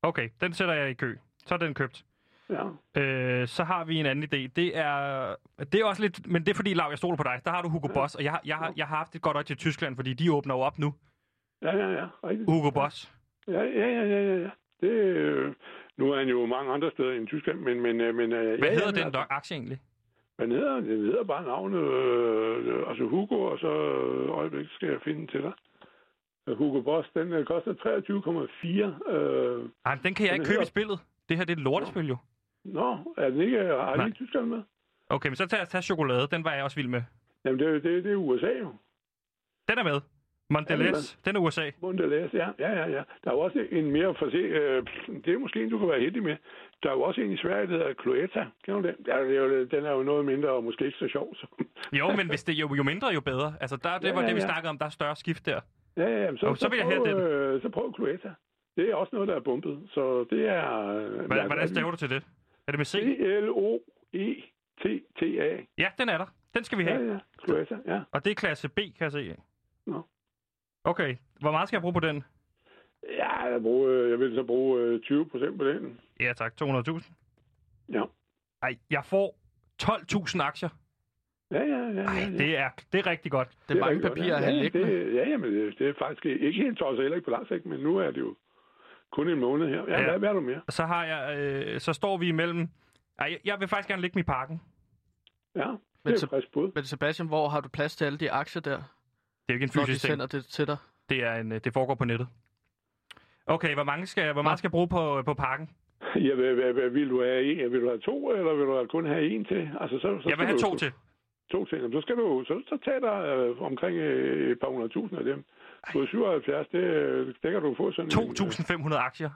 A: Okay, den sætter jeg i kø. Så er den købt.
E: Ja.
A: Øh, så har vi en anden idé. Det er, det er også lidt... Men det er fordi, Lav, jeg stoler på dig. Der har du Hugo Boss, og jeg, har- jeg, har, jeg har haft et godt øje til Tyskland, fordi de åbner jo op nu.
E: Ja, ja, ja. Rigtigt.
A: Hugo Boss.
E: Ja, ja, ja, ja, ja, ja. Det, øh, nu er han jo mange andre steder end Tyskland, men... men, øh, men øh,
A: Hvad
E: ja,
A: hedder
E: ja, men
A: den dog aktie egentlig?
E: Hvad hedder den? Den hedder bare navnet, øh, altså Hugo, og så øh, øjeblik skal jeg finde den til dig. Øh, Hugo Boss, den øh, koster 23,4. Øh,
A: Ej, men den kan jeg
E: Den
A: ikke købe i
E: hedder-
A: spillet. Det her, det er et lortespil jo.
E: nå, er den ikke, øh, har den
A: Nej.
E: ikke Tyskland med?
A: Okay, men så tager jeg tage chokolade. Den var jeg også vild med.
E: Jamen, det, er jo- det, det er USA jo.
A: Den er med. Mondelez. Den er USA.
E: Mondelez, ja, ja, ja, ja. Der er jo også en mere for se, øh, det er måske en, du kan være heldig med. Der er jo også en i Sverige, der hedder Cloetta. Kan du den? Ja, det er jo, den er jo noget mindre og måske ikke så sjov. Så.
A: Jo, men hvis det, jo, jo mindre, jo bedre. Altså, der, det
E: Ja,
A: var
E: ja,
A: det, vi
E: ja.
A: snakkede om. Der er større skift der.
E: Ja, ja, jamen, så,
A: Jo, så vil jeg have
E: prøv,
A: den.
E: øh, så prøv Cloetta. Det er også noget, der er bumpet. Så det er...
A: Hvordan, hvordan staver du til det? Er det med C?
E: E C-L-O-E-T-T-A.
A: Ja, den er der. Den skal vi
E: Ja,
A: have.
E: ja. Cloetta, ja.
A: Og det er klasse B, kan jeg se.
E: Nå.
A: Okay, hvor meget skal jeg bruge på den?
E: Ja, jeg, bruger, jeg vil så bruge øh, 20 procent på den.
A: Ja tak, 200.000.
E: Ja.
A: Ej, jeg får 12.000 aktier.
E: Ja, ja, ja. ja,
A: Ej,
E: ja.
A: det er, det er rigtig godt.
B: Det er mange
E: rigtig godt,
B: papirer at
E: ja.
B: have
E: ja,
B: liggende.
E: det, Ja, jamen, det, det er faktisk ikke helt tosset, heller ikke på lang sigt, men nu er det jo kun en måned her. Ja,
A: Ja.
E: ja. Hvad, hvad er du mere?
A: Så har jeg, øh, så står vi imellem... Ej, jeg- jeg vil faktisk gerne ligge mig i parken.
E: Ja, det
B: Men
E: er
B: så-
E: et frisk bud.
B: Men Sebastian, hvor har du plads til alle de aktier
A: Det
B: der,
A: er jo ikke en
B: når de
A: fysisk ting.
B: sender det til dig?
A: Det, er en, øh, det foregår på nettet. Okay, hvor, mange skal, hvor meget skal jeg bruge på, øh, på parken?
E: Ja, hvad, hvad, hvad, vil, du have en, vil du have to, eller vil du kun have en til? Altså, så, så
A: Jeg vil
E: skal
A: have
E: du-
A: to til.
E: To til. Jamen, så skal du så, så tage dig øh, omkring øh, et par hundredtusind af dem. På 77, det, øh, det kan du få sådan en...
A: 2.500 aktier.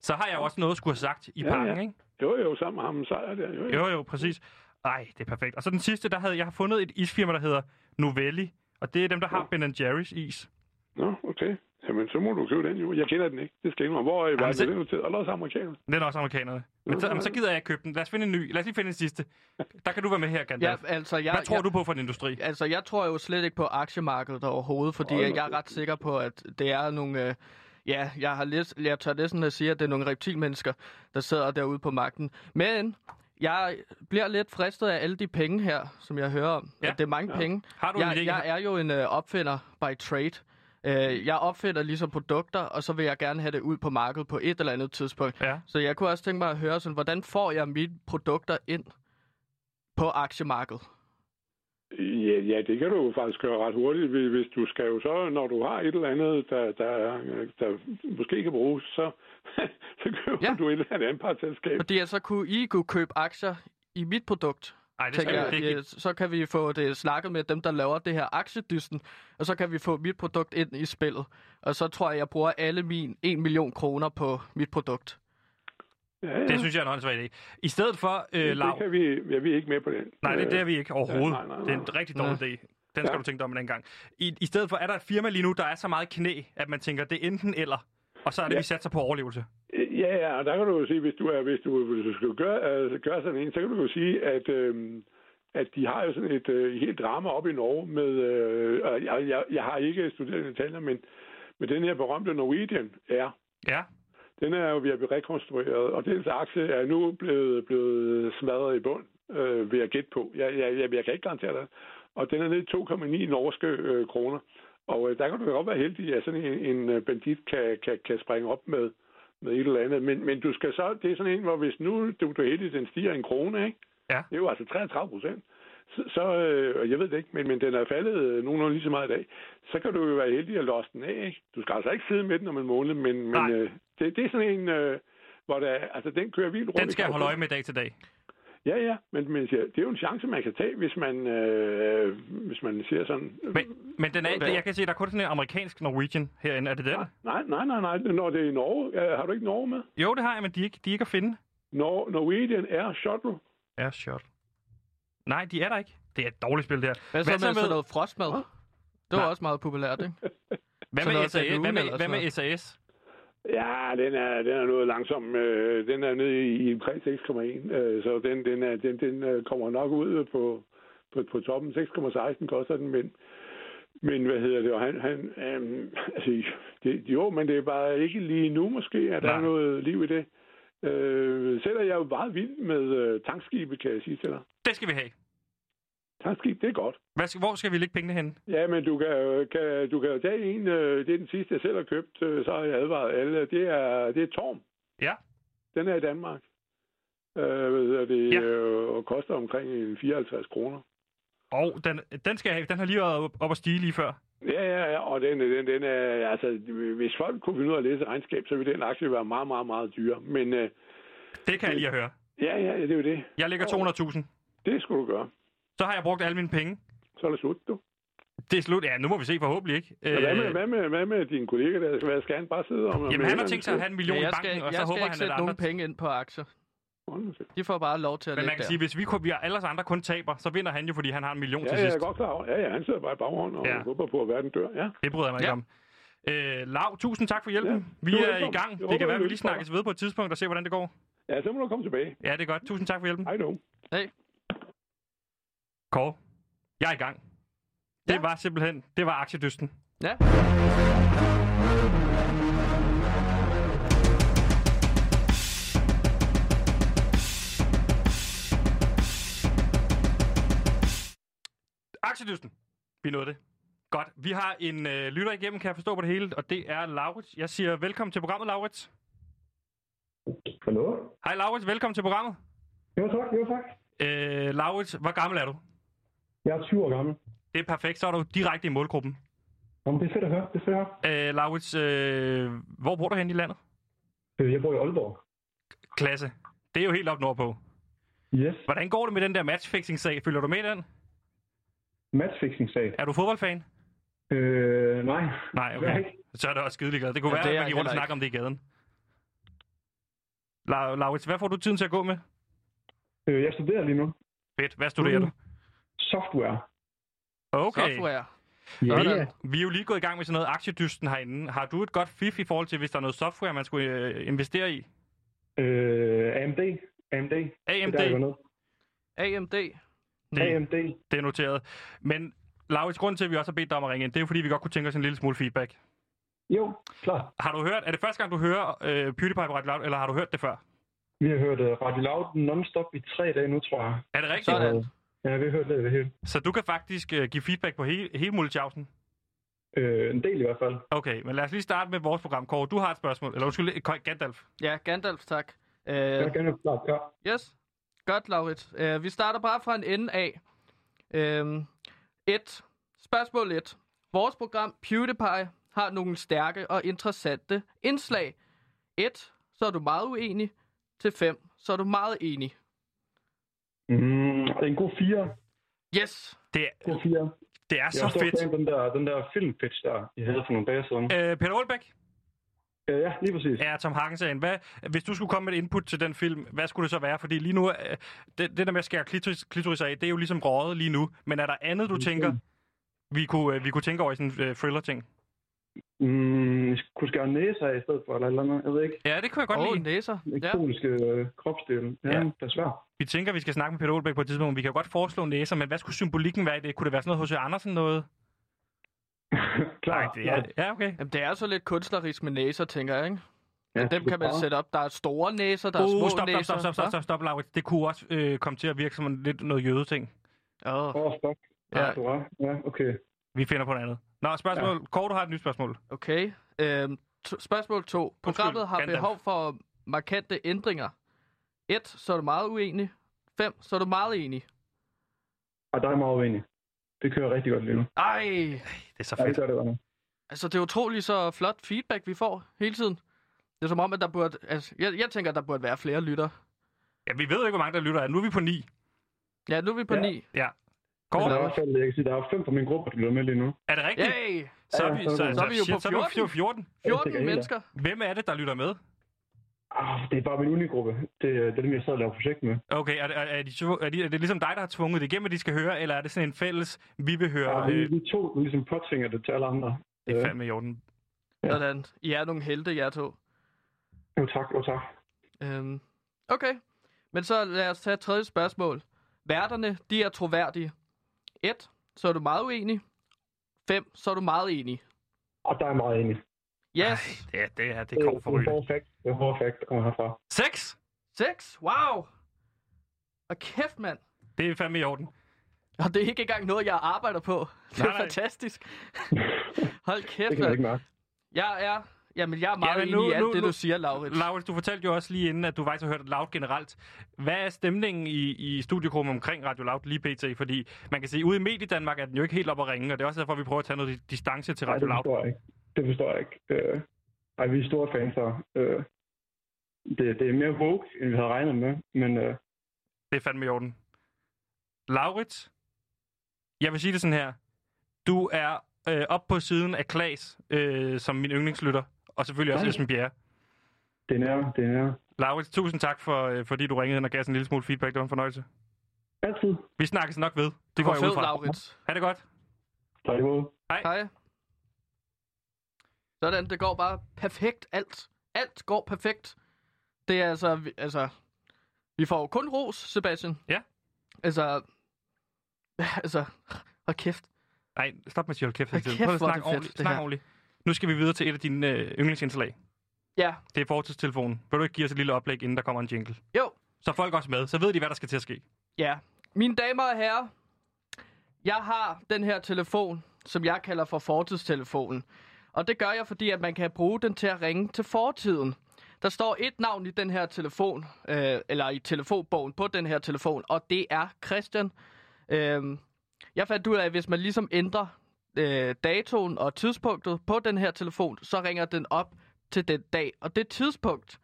A: Så har jeg jo også noget at skulle have sagt i
E: Ja,
A: parken,
E: ja.
A: ikke?
E: Jo, jo, sammen med ham sejr der. Jo, jo.
A: Jo, jo, præcis. Ej, det er perfekt. Og så den sidste, der havde jeg har fundet et isfirma, der hedder Novelli. Og det er dem, der har Ben Jerry's is.
E: Nå, okay. Jamen, så må du købe den jo. Jeg kender den ikke. Det skal jeg indrømme. Hvor øh, er i verden
A: så-
E: er den noteret? Eller også amerikaner.
A: Den er også amerikanerne. Men så, jamen, så gider jeg ikke købe den. Lad os finde en ny. Lad os lige finde en sidste. Der kan du være med her,
B: Ja,
A: Gandalf.
B: altså, jeg,
A: Hvad tror
B: jeg,
A: du på for en industri?
B: Altså, jeg tror jo slet ikke på aktiemarkedet overhovedet, fordi
E: Hold
B: jeg,
E: da
B: jeg er ret sikker på, at det er nogle... Øh, ja, jeg, har lidt, jeg tør næsten at sige, at det er nogle reptilmennesker, der sidder derude på magten. Men jeg bliver lidt fristet af alle de penge her, som jeg hører om.
A: Ja.
B: Ja. Det er mange ja. penge.
A: Har du en
B: jeg,
A: idé?
B: jeg er jo en øh, opfinder by trade. Øh, jeg opfinder ligesom produkter, og så vil jeg gerne have det ud på markedet på et eller andet tidspunkt.
A: Ja.
B: Så jeg kunne også tænke mig at høre, sådan, hvordan får jeg mine produkter ind på aktiemarkedet?
E: Ja, ja, det kan du jo faktisk gøre ret hurtigt, hvis hvis du skal jo så, når du har et eller andet, der, der, der måske kan bruges, så, så køber
B: Ja.
E: ja. du et eller andet anpartselskab.
B: Fordi altså kunne I kunne købe aktier i mit produkt,
A: Nej, det skal
B: tænker
A: jeg
B: jeg,
A: ikke.
B: ja, så kan vi få det snakket med dem, der laver det her aktiedysten, og så kan vi få mit produkt ind i spillet. Og så tror jeg, jeg bruger alle min 1 million kroner på mit produkt.
E: Ja, ja.
A: Det synes jeg er en åndssvag idé. I stedet for, øh,
E: det
A: Lav.
E: kan vi, ja, vi er ikke med på den.
A: Nej, det, det er
E: Øh,
A: vi ikke overhovedet.
E: Ja, nej, nej,
A: Det er en
E: nej.
A: rigtig dårlig idé. Den skal
E: Ja.
A: du tænke dig om en anden gang. I, I stedet for, er der et firma lige nu, der er så meget knæ, at man tænker, det er enten eller. Og så er det,
E: Ja.
A: vi satser på overlevelse.
E: Øh, Ja, ja, og der kan du jo sige, hvis du, er, hvis du, hvis du skal gøre, øh, gøre sådan en, så kan du jo sige, at, øh, at de har jo sådan et øh, helt drama op i Norge med, øh, og jeg, jeg, jeg har ikke studeret detaljer, men, men den her berømte Norwegian er,
A: Ja.
E: den er jo ved at blive rekonstrueret, og dens aktie er nu blevet, blevet smadret i bund, øh, ved at gætte på. Jeg, jeg, jeg, jeg kan ikke garantere det. Og den er nede i 2,9 norske øh, kroner. Og øh, der kan du godt være heldig, at sådan en, en øh, bandit kan, kan, kan springe op med, med et eller andet. Men, men du skal så, det er sådan en, hvor hvis nu du, du er heldig, den stiger en krone, ikke?
A: Ja.
E: Det er jo altså 33 procent. så, så øh, og jeg ved det ikke, men, men den er faldet øh, nogenlunde lige så meget i dag, så kan du jo være heldig at losse den af. Ikke? Du skal altså ikke sidde med den om en måned, men,
A: Nej.
E: men øh, det, det er sådan en, øh, hvor der, altså, den kører vildt rundt.
A: Den
E: i
A: skal jeg holde
E: kroppen.
A: øje med dag til dag.
E: Ja, ja, men, men jeg siger, det er jo en chance, man kan tage, hvis man, øh, hvis man siger sådan... øh,
A: Men, men den er, jeg kan se, der er kun sådan en amerikansk Norwegian herinde. Er det den?
E: Nej, nej, nej, nej, når det er i Norge, øh, har du ikke Norge med?
A: Jo, det har jeg, men de er ikke, de er ikke at finde.
E: Nor- Norwegian Air Shuttle.
A: Air Shuttle. Nej, de er der ikke. Det er et dårligt spil, det her.
B: Hvad så med sådan noget frostmad? Det var
A: Nej.
B: også meget populært, ikke?
A: Hvad
B: Sådan
A: med,
B: noget
A: SAS?
B: Saloon
A: Hvad med,
B: eller
A: hvad
B: sådan
A: med SAS?
E: Ja, den er, den er noget langsom. Øh, den er nede i, i omkring 6,1, øh, så den, den, er, den, den øh, kommer nok ud på, på, på toppen. 6,16 koster den, men, men hvad hedder det? Og han, han øh, altså, det, jo, men det er bare ikke lige nu måske, at der
A: Nej.
E: er noget liv i det. Øh, selv er jeg jo meget vild med øh, tankskibe, kan jeg sige til dig.
A: Det skal vi have.
E: Tankskib, det er godt.
A: Hvad skal, hvor skal vi lægge pengene hen?
E: Ja, men du kan, jo- kan, du kan jo tage en, øh, det er den sidste, jeg selv har købt, øh, så har jeg advaret alle. Det er, det er Torm.
A: Ja.
E: Den er i Danmark. Øh, hvad hedder det,
A: Ja.
E: ja. øh, og koster omkring en 54 kroner.
A: Og den, den skal jeg have. Den har lige været op, op at stige lige før.
E: Ja, ja, ja, og den, den, den er, altså, hvis folk kunne finde ud af at læse regnskab, så ville den aktie være meget, meget, meget dyr. Men øh,
A: Det kan jeg lige at høre.
E: ja, ja, det er jo det.
A: Jeg lægger 200.000.
E: Det skulle du gøre.
A: Så har jeg brugt alle mine penge.
E: Så er det slut, du.
A: Det er slut. Ja, nu må vi se forhåbentlig ikke.
E: Øh, hvad, med,
A: Øh,
E: hvad, med, hvad med din kollega der? Hvad skal han bare sidde om?
A: Jamen, han har tænkt sig at have en million
B: Ja,
A: i
B: jeg skal,
A: banken,
B: ikke-
A: og så
B: jeg skal
A: håber
B: ikke
A: han, at
B: sætte
A: andre...
B: nogen penge ind på aktier.
E: have...
B: De får bare lov til at
A: Men man
B: lægge
A: kan
B: der.
A: sige, hvis vi, kunne, vi alle os andre kun taber, så vinder han jo, fordi han har en million
E: Ja,
A: til
E: ja, jeg
A: sidst.
E: er godt klar over. Ja, ja, han sidder bare i baghånden og
A: Ja.
E: ja. håber på, at verden dør. Ja.
A: Det bryder jeg mig ikke
B: Ja.
A: om. Øh, Lav, tusind tak for hjælpen.
E: Ja,
A: vi
E: du er
A: er i
E: velkommen. Jeg
A: gang. Det
E: håber,
A: kan være,
E: det
A: vi lige
E: lykkes for dig.
A: snakkes ved på et tidspunkt og se, hvordan det går.
E: ja, så må du komme tilbage.
A: Ja, det er godt. Tusind tak for hjælpen.
E: Hej nu.
B: Hey,
A: Kåre, jeg er i gang. Det
B: Ja.
A: var simpelthen, det var aktiedysten.
B: ja.
A: Aktiedysten. Vi nåede det. Godt. Vi har en øh, lytter igennem, kan jeg forstå på det hele, og det er Laurits. Jeg siger velkommen til programmet, Laurits.
F: Hallo?
A: Hej Laurits, velkommen til programmet.
F: Jo tak, jo tak.
A: Øh, Laurits, hvor gammel er du?
F: Jeg er 20 år gammel.
A: Det er perfekt, så er du direkte i målgruppen.
F: Jamen, det er fedt at høre, det er fedt at høre.
A: Øh, Laurits, øh, hvor bor du hen i landet?
F: Øh, Jeg bor i Aalborg.
A: Klasse. Det er jo helt op nordpå.
F: Yes.
A: Hvordan går det med den der matchfixing-sag? Følger du med i den?
F: Matchfixing-sag.
A: Er du fodboldfan?
F: Øh, nej.
A: Nej,
F: Jeg er
A: okay.
F: ikke.
A: Så er det også skidelig Det kunne
B: Ja,
A: være,
B: det
A: at man
B: er jeg
A: gik rundt og
B: heller
A: snakke om det i gaden. La- Laurits, hvad får du tiden til at gå med?
F: Øh, jeg studerer lige nu.
A: Fedt. Hvad studerer du?
F: Software.
A: Okay.
B: Mm. Software.
F: Ja,
B: Sådan.
F: ja.
A: Vi er jo lige gået i gang med sådan noget aktiedysten herinde. Har du et godt fif i forhold til, hvis der er noget software, man skulle øh, investere i?
F: Øh, AMD.
A: AMD,
F: AMD. Det er der, jeg går ned.
B: AMD.
A: det,
F: AMD.
A: det er noteret. Men Laurits, grunden til, at vi også har bedt dig om at ringe ind, det er jo, fordi vi godt kunne tænke os en lille smule feedback.
F: Jo, klar.
A: Har du hørt, er det første gang, du hører øh, PewDiePie på Radio Loud, eller har du hørt det før?
F: Vi har hørt uh, Radio Loud non-stop i tre dage nu, tror jeg.
A: Er det rigtigt?
B: Sådan.
F: Og, ja, vi har hørt det ved hele.
A: Så du kan faktisk øh, give feedback på hele, hele Multichausen?
F: Øh, en del i hvert fald.
A: Okay, men lad os lige starte med vores program, Kåre. Du har et spørgsmål. Eller undskyld, Kåre Gandalf.
B: Ja, Gandalf, tak. Øh,
F: Jeg kan gerne klart, ja.
B: Yes. Godt, Laurits. Uh, vi starter bare fra en ende af. Uh, et. Spørgsmål 1. Vores program PewDiePie har nogle stærke og interessante indslag. 1. Så er du meget uenig. Til 5. Så er du meget enig.
F: Mm, det er en god fire.
B: Yes.
A: Det,
F: God fire.
A: det er
F: Jeg er
A: så
F: stor
A: fedt.
F: fan af den der, den der filmpitch, der I havde for nogle dage siden. Øh,
A: Øh, Peter Olbæk
F: Ja, ja lige præcis.
A: er Tom Hagen-sagen. Hvad, hvis du skulle komme med et input til den film, hvad skulle det så være? Fordi lige nu, øh, det, det der med at skære klitoris, klitoris af, det er jo ligesom røget lige nu. Men er der andet, du tænker, vi kunne, øh, vi kunne tænke over i sådan en øh, thriller-ting?
F: Mm, jeg skulle skære næser af i stedet for, eller et eller andet. Jeg ved ikke.
A: Ja, det kunne jeg godt
B: Åh, oh,
A: lide.
B: næser. Ja.
F: Ikoniske øh, kropsdele. Ja,
A: Ja.
F: ja, det er svært.
A: Vi tænker, vi skal snakke med Peter Olbæk på et tidspunkt. Vi kan jo godt foreslå næser, men hvad skulle symbolikken være i det? Kunne det være sådan noget H.C. Andersen noget?
F: Klar.
A: Ja, okay.
B: Jamen, det er så lidt kunstnerisk med næser, tænker jeg, ikke?
F: Ja,
B: Men dem kan man sætte op. Der er store næser, der er små
A: Uh, stop,
B: næser.
A: stop, stop, stop, stop, stop, stop, Laurits. Det kunne også øh, komme til at virke som en, lidt noget jødeting.
B: Åh,
F: Åh, oh, fuck.
B: Ja.
F: Ja. du er. Ja, okay.
A: Vi finder på noget andet. Nå, spørgsmål. Ja. Kåre, du har et nyt spørgsmål.
B: Okay. Øhm, to, spørgsmål 2. Programmet har
A: Gandalf.
B: behov for markante ændringer. 1. Så er du meget uenig. 5. Så er du meget enig.
F: Og der er jeg meget uenig. Det kører rigtig godt lige nu.
B: Ej,
A: Det er så
F: Ja, det
A: fedt.
F: gør det godt nu.
B: altså det er utroligt så flot feedback, vi får hele tiden. Det er som om, at der burde... Altså, jeg, jeg tænker, at der burde være flere lytter.
A: Ja, vi ved jo ikke, hvor mange der lytter. Nu er vi på ni.
B: Ja, nu er vi på
F: Ja.
B: 9.
A: Ja.
F: Men der er i
A: Kåre,
F: hvert fald, jeg kan sige, der er fem fra min gruppe, der lytter med lige nu.
A: er det rigtigt?
B: Yay!
A: Så er vi,
F: Ja,
A: så, så, så, er vi jo på 14. Så er vi jo
B: 14.
A: 14.
F: det er
B: 14
F: helt
B: mennesker.
A: Hvem er det, der lytter med?
F: Ah, det er bare min unigruppe. Det, er- det er dem, jeg sad og lavede projekt med.
A: Okay, er, det- er, er, de, tv- er, de, er det ligesom dig, der har tvunget det igennem, at de skal høre, eller er det sådan en fælles, vi vil
F: Ja,
A: høre?
F: vi,
A: Øh,
F: vi to der ligesom påtvinger det til alle andre.
A: det er
F: øh.
A: fandme i orden.
F: Ja.
B: Sådan. I er nogle helte, jer to.
F: Øh, Jo tak, jo tak.
B: Øhm, okay, men så lad os tage et tredje spørgsmål. Værterne, de er troværdige. 1. Så er du meget uenig. 5. Så er du meget enig.
F: Og der er jeg meget enig.
B: Yes.
A: Ja, det er, det kommer for
F: Det er en
A: ryggen.
F: hård fact. Det er en hård fact, der kommer herfra.
A: 6!
B: 6. Wow. Og kæft, mand.
A: Det er fandme i orden.
B: Og det er ikke engang noget, jeg arbejder på. Det er
A: Nej, nej.
B: fantastisk. Hold
F: Det
B: kæft,
F: kan jeg
B: mand.
F: ikke mærke.
B: Jeg er, jamen, jeg er meget
A: Jamen,
B: enig
A: nu-
B: i alt
A: nu-
B: det,
A: nu-
B: du siger, Laurits.
A: Laurits, du fortalte jo også lige inden, at du faktisk har hørt Loud generelt. Hvad er stemningen i, i studiegrupper omkring Radio Loud lige pt? Fordi man kan se, ude i Mediedanmark er den jo ikke helt op at ringe, og det er også derfor, vi prøver at tage noget di- distance til
F: Nej,
A: Radio
F: det
A: Loud.
F: forstår jeg ikke. Det forstår jeg ikke. Øh, ej, vi er store fans her. Øh, det, det er mere woke, end vi havde regnet med. Men øh,
A: Det er fandme i orden. Laurits, jeg vil sige det sådan her. Du er øh, op på siden af Klaas, øh, som min yndlingslytter, og selvfølgelig også
F: Ja.
A: Esben Bjerre.
F: det er nærmere, det er nærmere.
A: Laurits, tusind tak, for, øh, fordi du ringede ind og gav os en lille smule feedback. Det var en fornøjelse.
F: Altid.
A: Vi snakkes nok ved. Det
B: Du
A: går
B: er
A: jeg ud
B: fed,
A: fra.
B: Laurits.
A: Ha' det godt.
F: Tak i hovedet.
B: Hej. Sådan, det går bare perfekt alt. Alt går perfekt. Det er altså, vi- altså, vi får jo kun ros, Sebastian.
A: Ja.
B: Altså, altså, hold kæft.
A: Nej, stop med at sige hold kæft. hele
B: Hold
A: tiden.
B: kæft,
A: Prøv at
B: hvor er det
A: snakke
B: fedt,
A: ordentligt.
B: det her.
A: Snak ordentligt. Nu skal vi videre til et af dine øh, yndlingsindslag.
B: Ja,
A: Det er fortidstelefonen. Vil du ikke give os et lille oplæg, inden der kommer en jingle?
B: jo,
A: Så er folk også med. Så ved de, hvad der skal til at ske.
B: ja. Mine damer og herrer, jeg har den her telefon, som jeg kalder for fortidstelefonen. Og det gør jeg, fordi at man kan bruge den til at ringe til fortiden. Der står et navn i den her telefon, øh, eller i telefonbogen på den her telefon, og det er Christian. Øh, jeg fandt ud af, at hvis man ligesom ændrer øh, datoen og tidspunktet på den her telefon, så ringer den op til den dag og det tidspunkt. Så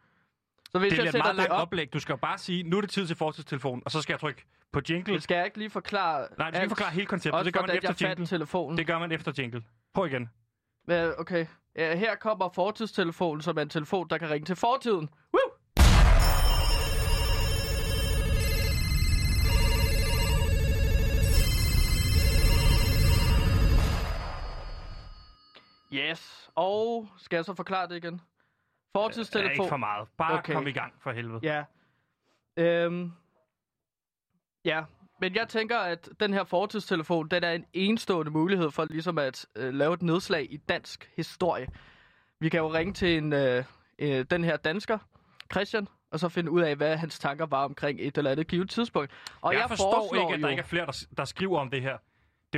A: Det
B: hvis jeg
A: bliver et
B: sætter
A: meget
B: det
A: langt
B: op,
A: oplæg. Du skal jo bare sige, nu er det tid til fortidstelefonen, og så skal jeg trykke på jingle.
B: skal jeg ikke lige forklare
A: Nej, du skal
B: alt?
A: ikke forklare hele konceptet.
B: Også
A: Det gør man
B: hvordan
A: efter
B: jeg fandt
A: jingle.
B: telefonen.
A: Det gør man efter jingle. Prøv igen.
B: Det... Okay. Ja, her kommer fortidstelefonen, som er en telefon, der kan ringe til fortiden. Woo! Yes. Og skal jeg så forklare det igen?
A: Ja, ikke
B: Fortidstelefon.
A: for meget. Bare okay.
B: Okay.
A: kom i gang for helvede.
B: Ja. Øhm. Ja, men jeg tænker, at den her fortidstelefon, den er en enestående mulighed for ligesom at øh, lave et nedslag i dansk historie. Vi kan jo ringe til en, øh, øh, den her dansker, Christian, og så finde ud af, hvad hans tanker var omkring et eller andet givet tidspunkt. Og
A: Og jeg, jeg forstår
B: foreslår
A: ikke, at der
B: jo-
A: ikke er flere, der, der skriver om det her. Det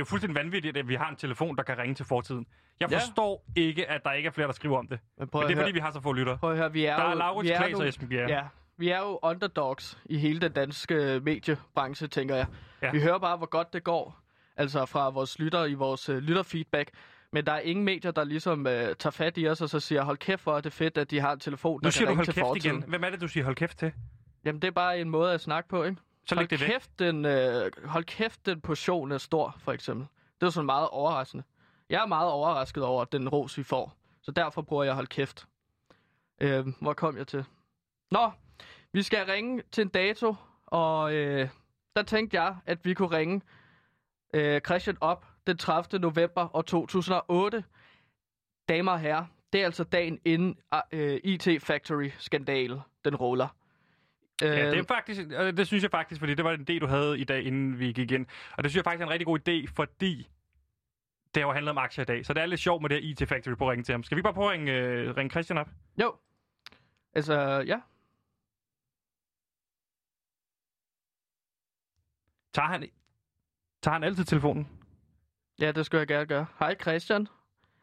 A: er jo fuldstændig vanvittigt, at vi har en telefon, der kan ringe til fortiden. Jeg
B: Ja.
A: forstår ikke, at der ikke er flere, der skriver om det.
B: Men prøv
A: Men
B: at
A: det er
B: høre.
A: fordi, vi har så få lyttere.
B: Prøv at høre, vi er
A: Der er
B: jo,
A: Laurits,
B: vi er
A: Klaas
B: nogle-
A: og Esben Bjerre.
B: Ja, vi er jo underdogs i hele den danske øh, mediebranche, tænker jeg.
A: Ja.
B: Ja. Vi hører bare, hvor godt det går, altså fra vores lytter i vores øh, lytterfeedback. Men der er ingen medier, der ligesom øh, tager fat i os og så siger, hold kæft, hvor er det fedt, at de har en telefon, der
A: Nu siger
B: kan
A: du
B: ringe
A: hold
B: til
A: kæft
B: fortiden.
A: igen. Hvem er det, du siger hold kæft til?
B: Jamen, det er bare en måde at snakke på, ikke?
A: Så læg
B: hold,
A: det væk.
B: kæft, den, øh, hold kæft, den portion er stor, for eksempel. Det er sådan meget overraskende. Jeg er meget overrasket over den ros, vi får. Så derfor bruger jeg hold kæft. Øh, hvor kom jeg til? Nå, vi skal ringe til en dato, og øh, der tænkte jeg, at vi kunne ringe øh, Christian op den 30. november år 2008. Damer og herrer, det er altså dagen inden øh, IT Factory-skandalen, den ruller.
A: Ja, det,
B: Øh,
A: er faktisk, og det synes jeg faktisk, fordi det var en idé, du havde i dag, inden vi gik ind. Og det synes jeg faktisk er en rigtig god idé, fordi det har jo handlet om aktier i dag. Så det er lidt sjovt med det her IT Factory på at ringe til ham. Skal vi ikke bare prøve at ringe, øh, ringe Christian op?
B: Jo. Altså, ja.
A: Tager han, tager han altid telefonen?
B: Ja, det skulle jeg gerne gøre. Hej Christian.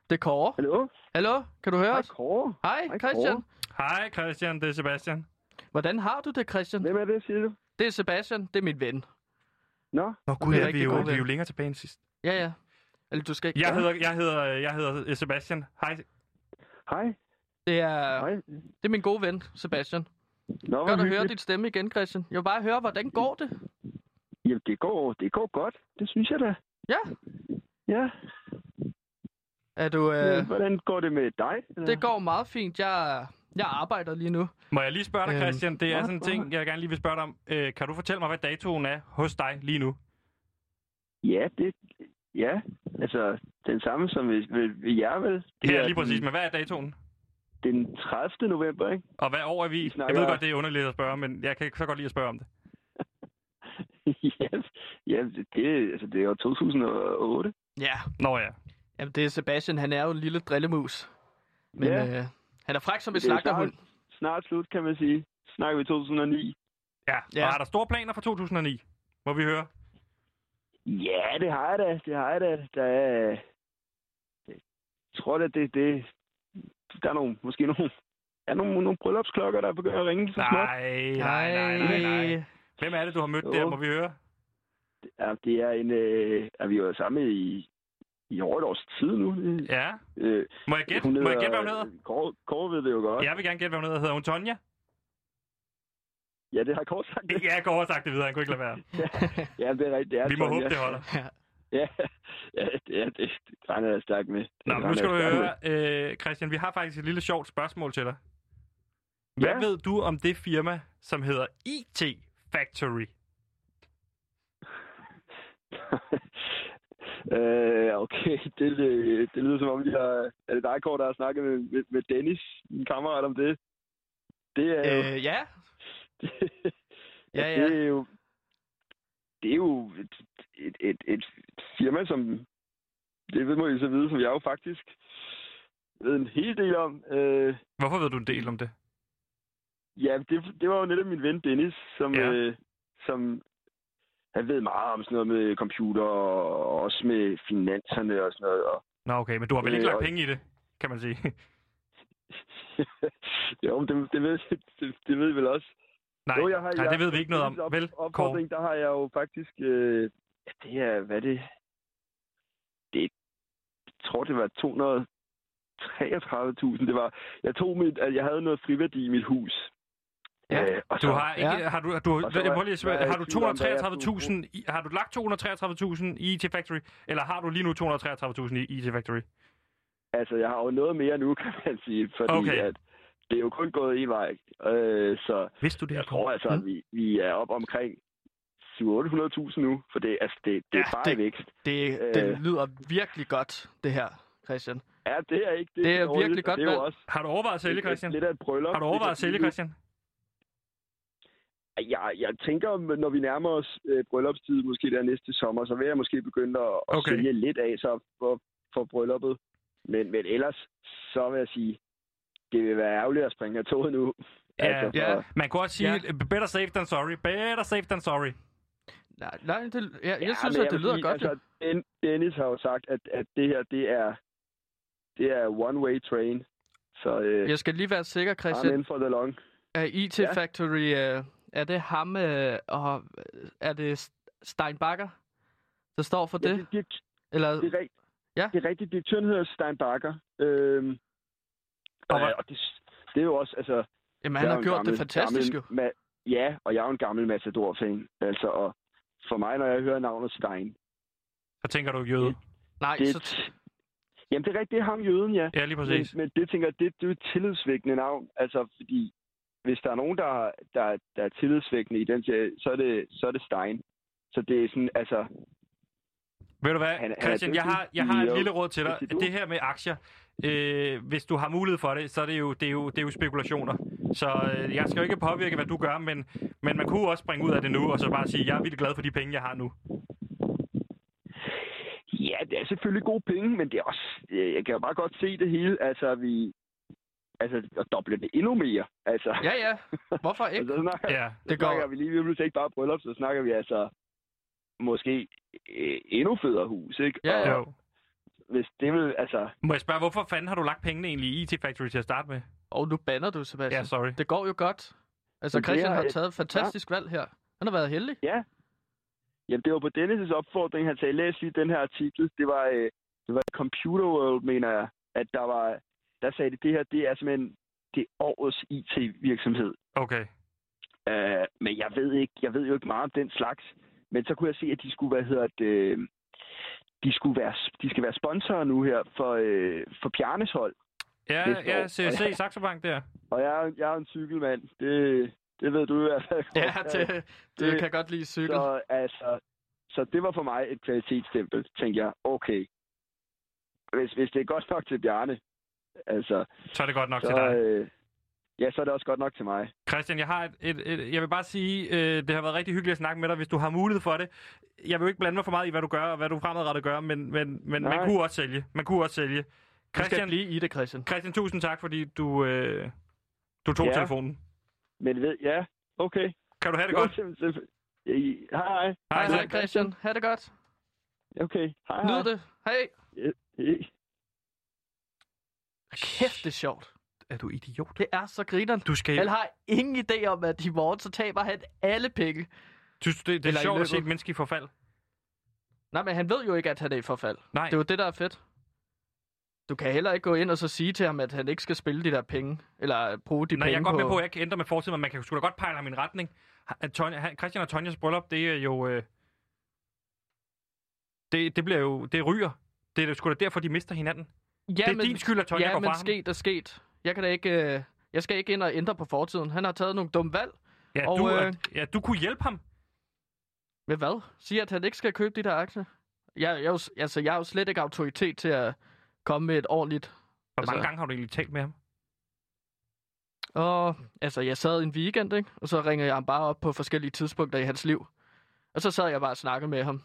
B: Det er Kåre.
C: Hallo?
B: Hallo, kan du høre
C: Hej,
B: os?
C: Kåre.
B: Hej
C: Hej,
B: Christian.
C: Kåre.
A: Hej Christian, det er Sebastian.
B: Hvordan har du det, Christian?
C: Hvem er det, siger du?
B: Det er Sebastian, det er min ven.
C: Nå,
A: Nå gud,
B: Det
A: ja,
B: er
A: vi,
B: rigtig
A: er jo, vi
B: gode
A: er jo
B: venner.
A: længere tilbage end sidst.
B: Ja, ja. Eller du skal ikke...
A: Jeg hedder, jeg hedder, jeg hedder Sebastian. Hej.
C: hej.
B: Det er,
C: Hej.
B: det er min gode ven, Sebastian.
C: Nå, hvor
B: Godt at høre
C: hyggeligt.
B: din stemme igen, Christian. Jeg vil bare høre, hvordan går det?
C: Jamen, det går, det går godt. Det synes jeg da.
B: Ja.
C: Ja,
B: Er du...
C: øh.
B: Øh,
C: hvordan går det med dig?
B: det går meget fint. Jeg, jeg arbejder lige nu.
A: Må jeg lige spørge dig,
B: Øhm,
A: Christian? Det er
C: nå,
A: sådan en ting, jeg gerne lige vil spørge dig om. Øh, kan du fortælle mig, hvad datoen er hos dig lige nu?
C: Ja, det... Ja, altså den samme som ved, ved, ved jer, vel?
A: Det
C: er
A: ja, lige præcis.
C: Den,
A: Men hvad er datoen?
C: den 30. november, ikke?
A: Og hvad år er vi? i? Jeg
C: snakker-
A: ved godt, det er underligt at spørge, men jeg kan så godt lide at spørge om det.
C: ja, ja det, det, altså, det er jo 2008.
B: Ja.
A: Nå ja.
B: Jamen, det er Sebastian. Han er jo en lille drillemus. Men
C: Ja.
B: øh, han er fræk som en
C: Det er
B: slagterhund.
C: Snart slut, kan man sige. Snakker vi 2009.
A: Ja.
B: Ja.
A: ja. Og er der store planer for 2009? Må vi høre?
C: Ja, det har jeg da. Det har jeg da. Der er... Jeg tror da, det, det... Der er nogle, måske nogle... Der er nogle, nogle bryllupsklokker, der begynder at ringe så småt.
A: Nej, nej, nej, nej, nej. Hvem er det, du har mødt der?
C: Jo.
A: Må vi høre?
C: Ja, det er en... Øh, er vi jo sammen i, i over et års tid nu.
A: Ja.
C: Øh,
A: Må jeg gætte, Må jeg gætte hvad hun hedder?
C: Kåre, Kåre ved det jo godt. Ja,
A: Jeg vil gerne gætte, hvad hun hedder. Hedder hun Tonja?
C: ja det har Kåre sagt.
A: Ja, jeg går over og sagt det videre. Han kunne ikke lade være.
C: Ja, det er rigtigt. Det er
A: Vi må
C: sådan,
A: håbe,
C: ja.
A: det holder.
C: Ja, ja det, ja, det, det regner jeg stærkt med.
A: Nå, men nu
C: Det regner
A: skal du
C: jeg stærkt med.
A: høre, øh, Christian, vi har faktisk et lille sjovt spørgsmål til dig. Hvad
C: Ja.
A: ved du om det firma, som hedder IT Factory?
C: øh, okay, det, det, det lyder som om, jeg... Er det dig, Kåre, der har snakket med, med, med Dennis, min kammerat, om det? Det er jo...
B: Øh, ja.
C: det,
B: Ja,
C: ja,
B: ja.
C: Det er jo, det er jo et, et, et, et firma, som... Det ved- må I så vide, som jeg jo faktisk ved en hel del om. Øh,
A: Hvorfor ved du en del om det?
C: Ja, det, det var jo netop min ven Dennis, som,
A: Ja.
C: ja. øh, som han ved meget om sådan noget med computer og også med finanserne og sådan noget. Og,
A: Nå, okay, men du har vel ikke
C: Øh,
A: lagt
C: og-
A: penge i det, kan man sige.
C: jo, men det, det, ved, det, det ved I vel også.
A: nej,
C: jo, jeg har,
A: nej,
C: jeg,
A: det ved vi ikke noget om.
C: Op,
A: Vel, Kåre?
C: opfordring, der har jeg jo faktisk... Øh, ja, det er, hvad er det? Det jeg tror, det var 233.000. Det var, jeg tog mit, at jeg havde noget friværdi i mit hus. Øh,
B: Ja,
C: og
A: Du har ikke, har du, har du,
C: Og så
A: jeg
C: var-
A: må lige
C: var
A: spørge,
C: jeg
A: har
C: i
A: du
C: tvivl om, hvad jeg
A: 233.000, i- har du lagt 233.000 i IT Factory, eller har du lige nu 233.000 i IT Factory?
C: Altså, jeg har jo noget mere nu, kan man sige, fordi
A: Okay.
C: okay. at det er jo kun gået en vej. Øh, så
A: Vidste du det? Mm.
C: jeg
A: her, Kåre?
C: tror altså, at vi, vi er op omkring 700.000 nu, for det, altså, det, det
B: Ja,
C: er bare
B: det-
C: det... vækst.
B: Det,
C: Øh.
B: det lyder virkelig godt, det her, Christian.
C: Ja, det er ikke det.
B: Det er
C: dårligt,
B: virkelig
C: og
B: godt
C: Det er jo
B: valg.
C: også
A: Har du overvejet at sælge,
C: lidt-
A: Christian?
C: lidt af et bryllup.
A: Har du overvejet at sælge, Christian?
C: Jeg, jeg tænker, når vi nærmer os øh, bryllupstid, måske der næste sommer, så vil jeg måske begynde at, at
A: Okay.
C: okay. sælge lidt af så for, for brylluppet. Men, men ellers, så vil jeg sige, det vil være ærgerligt at springe af toget nu. Altså,
A: Ja,
B: ja.
C: for-
A: Man kunne også sige, better safe than sorry, better safe than sorry.
B: Nej, nej det, jeg, jeg synes,
C: men
B: at det
C: vil
B: lyder
C: sige,
B: godt. jo.
C: Altså, Den- Dennis har jo sagt, at, at det her, det er, det er one-way train. Så øh, yes,
B: Jeg skal lige være sikker, Christian.
C: amen for the long.
B: Er IT
C: Ja.
B: Factory, øh, er det ham, øh, og øh, er det Steinbacher, der står for
C: Ja,
B: det?
C: det, det,
B: Eller,
C: det, er rigtigt.
B: Øh, Ja.
C: Det er rigtigt. Direktøren hedder Stein Bakker. Øhm, og,
A: hvad-
C: og det, det er jo også, altså...
B: jamen,
C: jeg
B: han
C: er jo
B: har
C: en
B: gjort
C: gammel-
B: det fantastisk jo.
C: gammel Ma- ja, og jeg er jo en gammel matador-fan. Altså, og for mig, når jeg hører navnet Stein,
A: Så tænker du jøde.
B: Nej,
C: det,
B: så t-
C: jamen det er rigtigt, det er ham jøden, ja.
A: Ja, lige
C: Men,
A: præcis.
C: men det tænker jeg, det, det er jo et tillidsvækkende navn. Altså, fordi hvis der er nogen, der, der, der er tillidsvækkende i den serie, så er det, så er det Stein. Så det er sådan, altså...
A: Ved du hvad,
C: han er
A: Christian, jeg
C: dygtig
A: har, jeg har et
C: CEO.
A: lille råd til dig.
C: Hvis det er du.
A: Det her med aktier, øh, hvis du har mulighed for det, så er det jo, det er jo, det er jo spekulationer. Så øh, jeg skal jo ikke påvirke, hvad du gør, men, men man kunne jo også springe ud af det nu, og så bare sige, jeg er vildt glad for de penge, jeg har nu.
C: Ja, det er selvfølgelig gode penge, men det er også... øh, Jeg kan jo bare godt se det hele. Altså, vi... Altså, at doble det endnu mere. Altså,
B: ja, ja. Hvorfor ikke?
C: altså, så snakker,
A: Ja,
B: Det
C: det
B: går-
C: går. snakker vi lige pludselig ikke bare bryllup, så snakker vi altså måske øh, endnu federe hus, ikke?
B: Ja,
C: og
B: ja.
A: jo.
C: hvis det vil, altså...
A: Må jeg spørge, hvorfor fanden har du lagt pengene egentlig i IT Factory til at starte med?
B: Og nu banner du,
A: Ja,
B: Sebastian.
A: sorry.
B: Det går jo godt. Altså,
C: Men det
B: Christian
C: er
B: har
C: et-
B: taget et fantastisk valg her. Han har været heldig.
C: Ja. Jamen, det var på Dennis' opfordring, han sagde, læs lige den her artikel. Det var, øh, det var Computer World, mener jeg, at der var, der sagde det, det her, det er simpelthen det er årets IT-virksomhed.
A: Okay.
C: Øh, men jeg ved ikke, jeg ved jo ikke meget om den slags. Men så kunne jeg se, at de skulle, hvad hedder det, øh, de, skulle være, de skal være sponsorer nu her for, øh, for Bjarnes hold.
A: Ja,
C: Næste
A: ja,
C: år.
A: CSC Saxo Bank der.
C: Og jeg, er jo- jeg er jo en cykelmand. Det, det ved du i hvert fald.
B: Ja,
C: godt.
B: det, det,
C: det-
B: kan jeg godt lide cykel.
C: Så, altså, så det var for mig et kvalitetsstempel, tænkte jeg. Okay. Hvis, hvis det er godt nok til Bjarne, altså,
A: Så er det godt nok til
C: så,
A: dig.
C: øh, ja, så er det også godt nok til mig.
A: Christian, jeg har et, et, et, jeg vil bare sige, øh, det har været rigtig hyggeligt at snakke med dig, hvis du har mulighed for det. Jeg vil jo ikke blande mig for meget i, hvad du gør, og hvad du fremadrettet gør, men, men, men man
C: Nej.
A: kunne også sælge. Man kunne også sælge.
B: Du skal
A: Christian,
B: blive i det, Christian.
A: Christian tusind tak, fordi du, øh, du tog
C: Ja.
A: telefonen.
C: Men ved, ja, okay.
A: Kan du have det
C: Jo,
A: godt?
C: simpelthen, simpelthen. I- Hej, hej.
B: Hej, hej,
A: hej.
B: Christian. Ha' det godt.
C: Okay, hej, hej.
B: Nyd det. Hej.
C: Hej.
B: Kæft, det er sjovt.
A: Er du idiot?
B: Det er så grineren.
A: Du skal...
B: Han har ingen idé om, at i morgen så taber han alle penge.
A: Synes du, det, det
B: Eller
A: er
B: i
A: sjovt at se
B: løbet.
A: et menneske i forfald?
B: Nej, men han ved jo ikke, at han er i forfald.
A: Nej.
B: Det er jo det, der er fedt. Du kan heller ikke gå ind og så sige til ham, at han ikke skal spille de der penge. Eller bruge de
A: Nå, jeg
B: penge
A: er godt
B: på...
A: med på, at jeg ikke ændrer med fortiden, men man kan sgu da godt pejle ham i en retning. Ha- Tonja, han- Christian og Tonjas bryllup, det er jo... Øh, det, det bliver jo... Det ryger. Det er da sgu da derfor, de mister hinanden.
B: ja,
A: det er din skyld, at Tonja
B: ja,
A: går
B: men
A: fra ham.
B: sket er sket. Jeg kan da ikke... Øh... Jeg skal ikke ind og ændre på fortiden. Han har taget nogle dumme valg.
A: Ja,
B: Og,
A: du,
B: øh,
A: øh... ja, du kunne hjælpe ham.
B: Med hvad? Siger, at han ikke skal købe de der aktier? Jeg, jeg, er jo s- altså, jeg er jo slet ikke autoritet til at komme med et ordentligt...
A: Hvor mange
B: altså-
A: gange har du egentlig talt med ham?
B: Og, altså, jeg sad en weekend, ikke? Og så ringede jeg ham bare op på forskellige tidspunkter i hans liv. Og så sad jeg bare og snakkede med ham.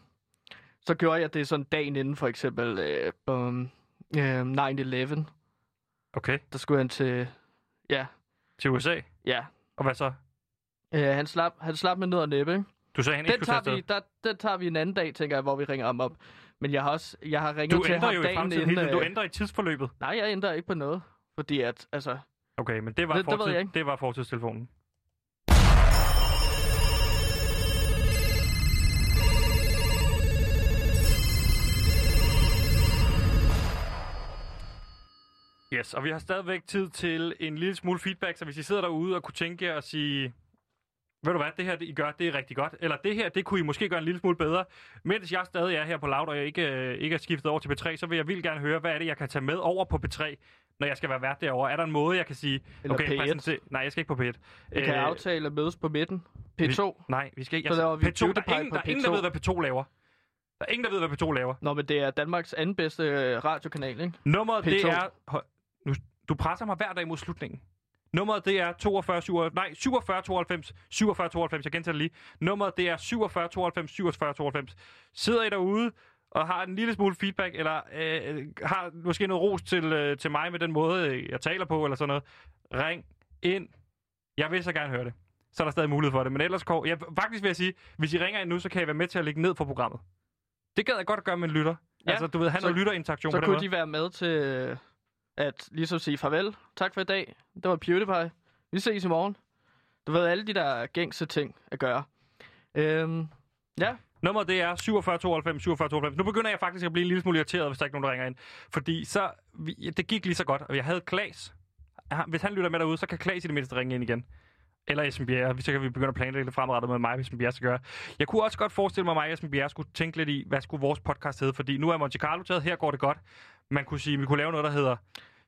B: Så gjorde jeg det sådan dagen inden, for eksempel øh, um, øh, 9-11.
A: Okay.
B: Der skulle han til... Ja,
A: Til USA.
B: ja.
A: Og hvad så?
B: Øh, han, slap, han slap med ned og næppe, ikke?
A: Du sagde, han ikke
B: Den
A: skulle
B: tager,
A: tage
B: vi, der, den tager vi en anden dag, tænker jeg, hvor vi ringer ham op. Men jeg har også jeg har ringet
A: Du
B: til
A: ændrer
B: ham
A: jo i
B: dagen
A: fremtiden.
B: inden...
A: hele tiden. Du
B: øh,
A: ændrer i tidsforløbet.
B: Nej, jeg ændrer ikke på noget. Fordi at, altså,
A: Okay, men det var,
B: Det- det ved
A: fortid,
B: jeg
A: det,
B: ikke.
A: det var fortidstelefonen. Yes, og vi har stadigvæk tid til en lille smule feedback, så hvis I sidder derude og kunne tænke jer at sige, ved du hvad, det her det, I gør, det er rigtig godt, eller det her, det kunne I måske gøre en lille smule bedre, mens jeg stadig er her på Loud, og jeg ikke, øh, ikke er skiftet over til P3, så vil jeg vildt gerne høre, hvad er det, jeg kan tage med over på P3, når jeg skal være vært derovre. Er der en måde, jeg kan sige,
B: Eller P1.
A: præsenter- nej, jeg skal ikke på P1. Vi
B: vi
A: Øh.
B: kan aftale at mødes på midten. P2.
A: Vi, nej, vi skal ikke.
B: Så laver vi
A: P2, der
B: PewDiePie
A: er, ingen,
B: på
A: der er ingen,
B: P2.
A: der ved, hvad P2 laver. Der er ingen, der ved, hvad P2 laver.
B: Nå, men det er Danmarks anden bedste øh, radiokanal, ikke?
A: Nummeret, det
B: P2.
A: er... Høj, Nu, du presser mig hver dag mod slutningen. Nummeret, det er 42, 47, nej, 47, 92, 47, 92, jeg gentager det lige. Nummeret, det er 47, 92, 47, 92. Sidder I derude og har en lille smule feedback, eller øh, har måske noget ros til, øh, til mig med den måde, øh, jeg taler på, eller sådan noget, ring ind. Jeg vil så gerne høre det. Så er der stadig mulighed for det. Men ellers, Kåre, jeg, faktisk vil jeg sige, hvis I ringer ind nu, så kan jeg være med til at lægge ned for programmet. Det gad jeg godt at gøre med en lytter. Ja,
B: Ja,
A: altså, du ved, han
B: så-
A: og lytterinteraktion
B: Så
A: på den
B: kunne
A: måde.
B: de være med til øh, at ligesom sige farvel. Tak for i dag. Det var PewDiePie. Vi ses i morgen. Du ved, alle de der gængse ting at gøre. Øhm, ja,
A: Nummeret det er 4792 4792. Nu begynder jeg faktisk at blive en lille smule irriteret, hvis der ikke er nogen, der ringer ind. Fordi så, vi, ja, det gik lige så godt, og jeg havde Klaas. Han- Hvis han lytter med derude, så kan Klaas i det mindste ringe ind igen. Eller Esben Bjerre. Så kan vi begynde at planlægge lidt fremadrettet med mig, hvis Esben Bjerre skal gøre. Jeg kunne også godt forestille mig, at mig og Esben Bjerre skulle tænke lidt i, hvad skulle vores podcast hedde? Fordi nu er Monte Carlo taget, her går det godt. Man kunne sige, at vi kunne lave noget, der hedder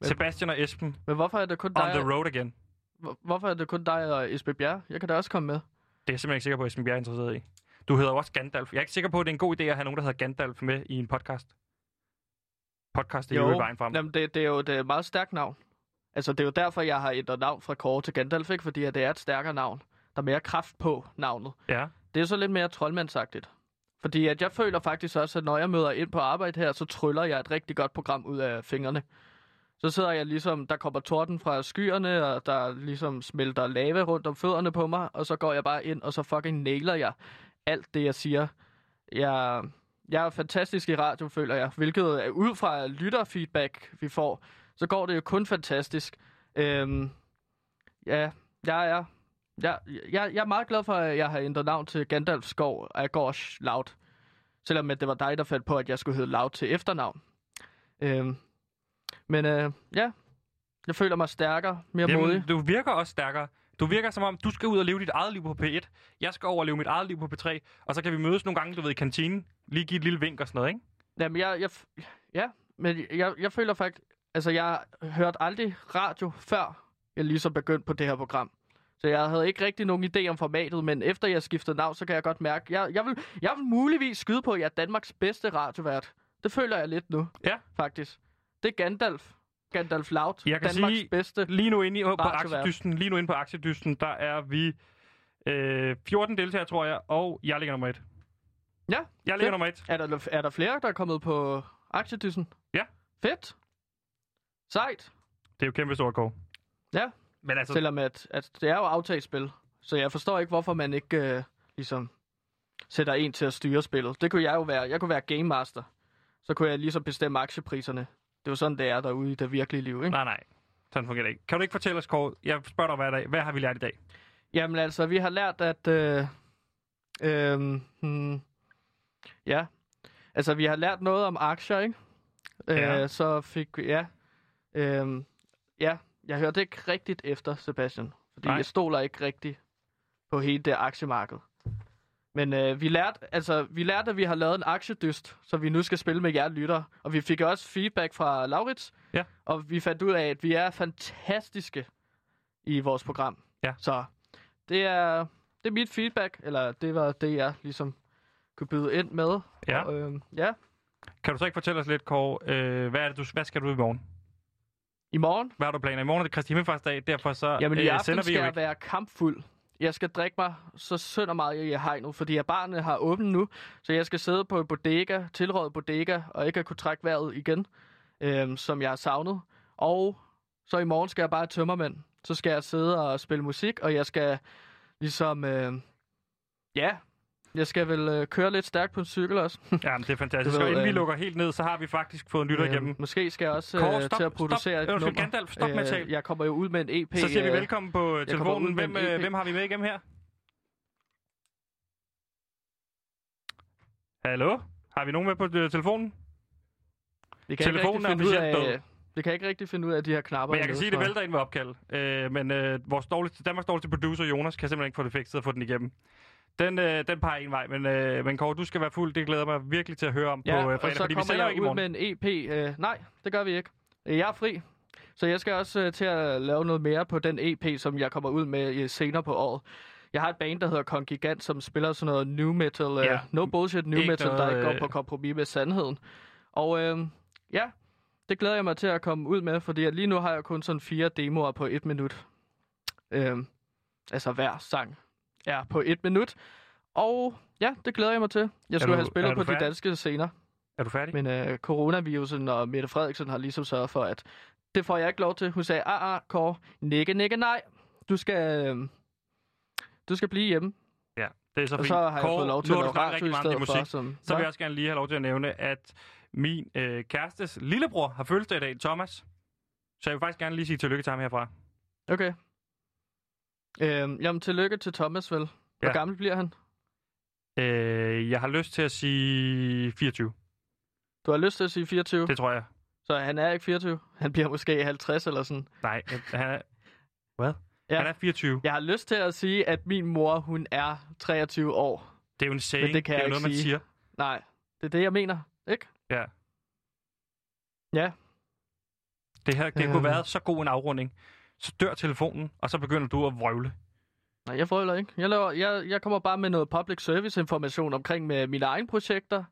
A: Sebastian og Esben
B: men hvorfor er det kun
A: on the
B: dig,
A: road again.
B: hvor- hvorfor er det kun dig og Esbe Bjerre? Jeg kan da også komme med.
A: Det er jeg simpelthen ikke sikker på, at Esben Bjerre er interesseret i. Du hedder jo også Gandalf. Jeg er ikke sikker på, at det er en god idé at have nogen, der hedder Gandalf med i en podcast. Podcast det er jo ikke vejen frem.
B: Jamen, det, det er jo et øh, meget stærkt navn. Altså, det er jo derfor, jeg har ændret navn fra Kåre til Gandalf, ikke? Fordi at det er et stærkere navn. Der er mere kraft på navnet.
A: Ja.
B: Det er så lidt mere troldmandsagtigt. Fordi at jeg føler faktisk også, at når jeg møder ind på arbejde her, så tryller jeg et rigtig godt program ud af fingrene. Så sidder jeg ligesom, der kommer torden fra skyerne, og der ligesom smelter lava rundt om fødderne på mig, og så går jeg bare ind, og så fucking nailer jeg alt det, jeg siger. Jeg, jeg er fantastisk i radio, føler jeg, hvilket er ud fra lytterfeedback, vi får, så går det jo kun fantastisk. Øhm, ja, jeg er Jeg, jeg, jeg er meget glad for, at jeg har ændret navn til Gandalf Skov Agorsch Laut. Selvom at det var dig, der faldt på, at jeg skulle hedde Laut til efternavn. Øhm, men øh, ja, jeg føler mig stærkere, mere Jamen, modig.
A: Jamen, du virker også stærkere. Du virker som om, du skal ud og leve dit eget liv på P1. Jeg skal overleve mit eget liv på P3. Og så kan vi mødes nogle gange, du ved, i kantinen. Lige give et lille vink og sådan noget, ikke?
B: Jamen, jeg, jeg, f- ja, men jeg, jeg føler faktisk... Altså, jeg hørte aldrig radio, før jeg ligesom begyndte på det her program. Så jeg havde ikke rigtig nogen idé om formatet, men efter jeg skiftede navn, så kan jeg godt mærke, jeg, jeg, vil, jeg vil muligvis skyde på, at jeg er Danmarks bedste radiovært. Det føler jeg lidt nu,
A: Ja.
B: faktisk. Det er Gandalf. Gandalf Laut.
A: Jeg kan
B: Danmarks
A: sige-
B: bedste.
A: Lige nu inde i, øh, på
B: Radiovært.
A: aktiedysten, lige nu inde på aktiedysten, der er vi øh, 14 deltagere, tror jeg, og jeg ligger nummer et.
B: Ja,
A: Jeg ligger
B: fedt.
A: nummer et.
B: Er der, er der flere, der er kommet på aktiedyssen?
A: Ja.
B: Fedt. Sejt.
A: Det er jo kæmpe stort kog.
B: Ja.
A: Men altså,
B: Så... Selvom at, at det er jo aftagspil, så jeg forstår ikke, hvorfor man ikke øh, ligesom sætter en til at styre spillet. Det kunne jeg jo være. Jeg kunne være game master. Så kunne jeg ligesom bestemme aktiepriserne. Det er jo sådan, det er derude i det virkelige liv, ikke?
A: nej, nej. Sådan fungerer det ikke. Kan du ikke fortælle os, Kåre? Jeg spørger dig hver dag. Hvad har vi lært i dag?
B: Jamen altså, vi har lært, at... Øh, øh, hmm, ja. Altså, vi har lært noget om aktier, ikke?
A: Ja.
B: Øh, så fik vi... Ja. Øh, ja, jeg hørte ikke rigtigt efter, Sebastian. Fordi
A: Nej.
B: Nej. jeg stoler ikke rigtigt på hele det aktiemarked. Men øh, vi, lærte, altså, vi lærte, at vi har lavet en aktiedyst, så vi nu skal spille med jer lytter. Og vi fik også feedback fra Laurits.
A: Ja.
B: Og vi fandt ud af, at vi er fantastiske i vores program.
A: Ja.
B: Så det er, det er mit feedback, eller det var det, jeg ligesom kunne byde ind med.
A: Ja.
B: Og, øhm, ja.
A: Kan du så ikke fortælle os lidt, Kåre? Øh, hvad, er det, du, hvad skal du i morgen?
B: I morgen,
A: Hvad har du planer? I morgen er det Kristi Himmelfarts dag, derfor så
B: jamen i
A: øh,
B: aften
A: sender vi
B: skal
A: jo
B: jeg
A: ikke.
B: være kampfuld. Jeg skal drikke mig så sønder meget i hegnet, fordi at barnet har åbent nu, så jeg skal sidde på en bodega, tilrådet bodega, og ikke at kunne trække vejret igen, øhm, som jeg har savnet. Og så i morgen skal jeg bare have tømmermænd. Så skal jeg sidde og spille musik, og jeg skal ligesom, øh, ja, jeg skal vel øh, køre lidt stærkt på en cykel også.
A: Jamen, det er fantastisk.
B: Du ved,
A: og inden vi
B: øh,
A: lukker helt ned, så har vi faktisk fået en lytter igennem.
B: Øhm, Måske skal jeg også
A: Kåre,
B: øh,
A: stop,
B: til at producere
A: stop.
B: et
A: Undskyld,
B: nummer.
A: Gandalf, stop med at tale.
B: Øh, jeg kommer jo ud med en EP.
A: Så siger vi
B: øh,
A: velkommen på øh,
B: kommer ud
A: telefonen.
B: med
A: Hvem,
B: en
A: øh,
B: EP.
A: hvem har vi med igennem her? Hallo? Har vi nogen med på øh, telefonen?
B: Vi kan ikke
A: Telefonen
B: rigtig
A: er
B: finde ud
A: officielt
B: af, øh, vi kan ikke rigtig finde ud af de her knapper.
A: Men jeg kan
B: hernede,
A: sige, at det
B: tror
A: vælter ind med opkald. Øh, men øh, vores dårligste, Danmarks dårligste producer, Jonas, kan simpelthen ikke få det fikset og få den igennem. Den, øh, den peger en vej, men, øh, men Kåre, du skal være fuld. Det glæder jeg mig virkelig til at høre om
B: Ja,
A: på øh,
B: og
A: fredag,
B: så
A: fordi vi
B: kommer
A: sender jo
B: jeg
A: ikke i
B: ud
A: morgen.
B: med en EP. Øh, nej, det gør vi ikke. Øh, Jeg er fri, så jeg skal også øh, til at lave noget mere på den EP, som jeg kommer ud med øh, senere på året. Jeg har et band, der hedder Kongigant, som spiller sådan noget new metal, øh,
A: Ja.
B: ja. no bullshit new
A: Ikke
B: metal, der
A: noget,
B: ikke går
A: øh,
B: på kompromis med sandheden. Og øh, ja, det glæder jeg mig til at komme ud med, fordi at lige nu har jeg kun sådan fire demoer på et minut. Øh, altså hver sang er på et minut. Og ja, det glæder jeg mig til. Jeg skulle
A: du-
B: have
A: er
B: spillet
A: du
B: på de
A: færdig?
B: danske scener.
A: Er du færdig?
B: Men øh, coronavirusen og Mette Frederiksen har ligesom sørget for, at det får jeg ikke lov til. Hun sagde, ah, ah, Kåre, nikke, nikke, nej. Du skal, øh, du skal blive hjemme.
A: Ja, det er så
B: Og
A: fint.
B: så har jeg
A: Kåre,
B: fået lov til
A: nu
B: at
A: har du
B: lave
A: snakket
B: radio
A: rigtig
B: i
A: meget om
B: stedet
A: din
B: for.
A: musik.
B: Som,
A: Så vil
B: Hva?
A: jeg også gerne lige have lov til at nævne, at min øh, kærestes lillebror har fødselsdag i dag, Thomas. Så jeg vil faktisk gerne lige sige tillykke til ham herfra.
B: Okay. Øh, jamen, tillykke til Thomas, vel? Hvor
A: Ja.
B: gammel bliver han?
A: Øh, jeg har lyst til at sige 24.
B: Du har lyst til at sige 24,
A: Det tror jeg.
B: så han er ikke 24. Han bliver måske 50 eller sådan.
A: Nej, han er... Hvad?
B: Ja.
A: Han er 24.
B: Jeg har lyst til at sige, at min mor, hun er 23 år.
A: Det er jo en saying.
B: det kan
A: det er
B: jeg
A: jo
B: ikke
A: noget, man
B: sige.
A: siger.
B: Nej, det er det, jeg mener, ikke?
A: Ja.
B: Ja.
A: Det her det kunne
B: Øhm.
A: være så god en afrunding. Så dør telefonen, og så begynder du at vrøvle.
B: Nej, jeg frøler ikke. Jeg, laver, jeg, jeg kommer bare med noget public service information omkring med mine egne projekter.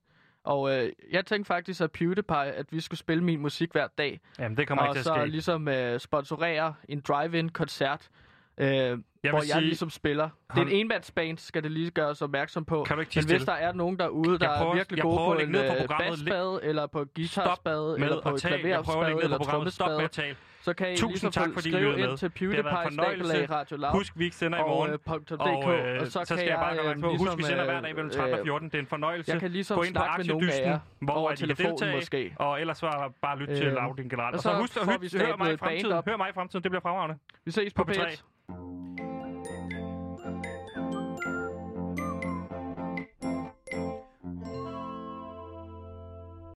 B: Og øh, jeg tænkte faktisk, at PewDiePie, at vi skulle spille min musik hver dag.
A: Jamen, det kommer
B: og
A: ikke til at
B: så
A: ske.
B: ligesom øh, sponsorere en drive-in-koncert, øh,
A: Jeg
B: hvor
A: vil
B: jeg
A: sige,
B: ligesom spiller. Det er
A: Hold-
B: en enmandsband, skal det lige gøres opmærksom på.
A: Kan du ikke tie
B: Men hvis
A: stille?
B: der er nogen derude, der
A: prøver-
B: er virkelig
A: jeg
B: gode
A: prøver
B: på
A: at
B: en
A: lægge ned på
B: øh,
A: programmet.
B: basspade, eller på guitarspade,
A: med
B: eller på
A: at
B: et
A: tale. Jeg prøver at
B: klaverspade,
A: lægge ned
B: eller
A: på programmet. Stop med
B: trommespade,
A: at tale.
B: så kan I
A: Tusind
B: ligesom
A: tak,
B: få
A: fordi I lyttede
B: skrive
A: med.
B: ind til
A: Det har været en fornøjelse.
B: PewDiePie, Radio Loud
A: Husk, vi ikke sender i
B: og
A: morgen.
B: øh, .dk,
A: Og, øh,
B: og så,
A: så
B: kan
A: skal jeg, bare
B: øh,
A: gøre øh, på. Husk, vi sender
B: øh,
A: hver dag mellem 13 og
B: øh,
A: 14. Det er en fornøjelse.
B: Jeg kan ligesom
A: Gå ind på
B: snakke med nogle af jer
A: aktiedysten, hvor
B: over
A: at I kan
B: telefonen
A: deltage,
B: måske.
A: og ellers var bare lyt til
B: Øh,
A: Louding generelt.
B: og
A: Og så,
B: så
A: husk at
B: får
A: høre,
B: vi
A: hør
B: stablet
A: mig i
B: et band
A: fremtiden.
B: op.
A: Hør mig i fremtiden, det bliver fremragende.
B: Vi ses
A: På
B: på,
A: P3.
B: P3.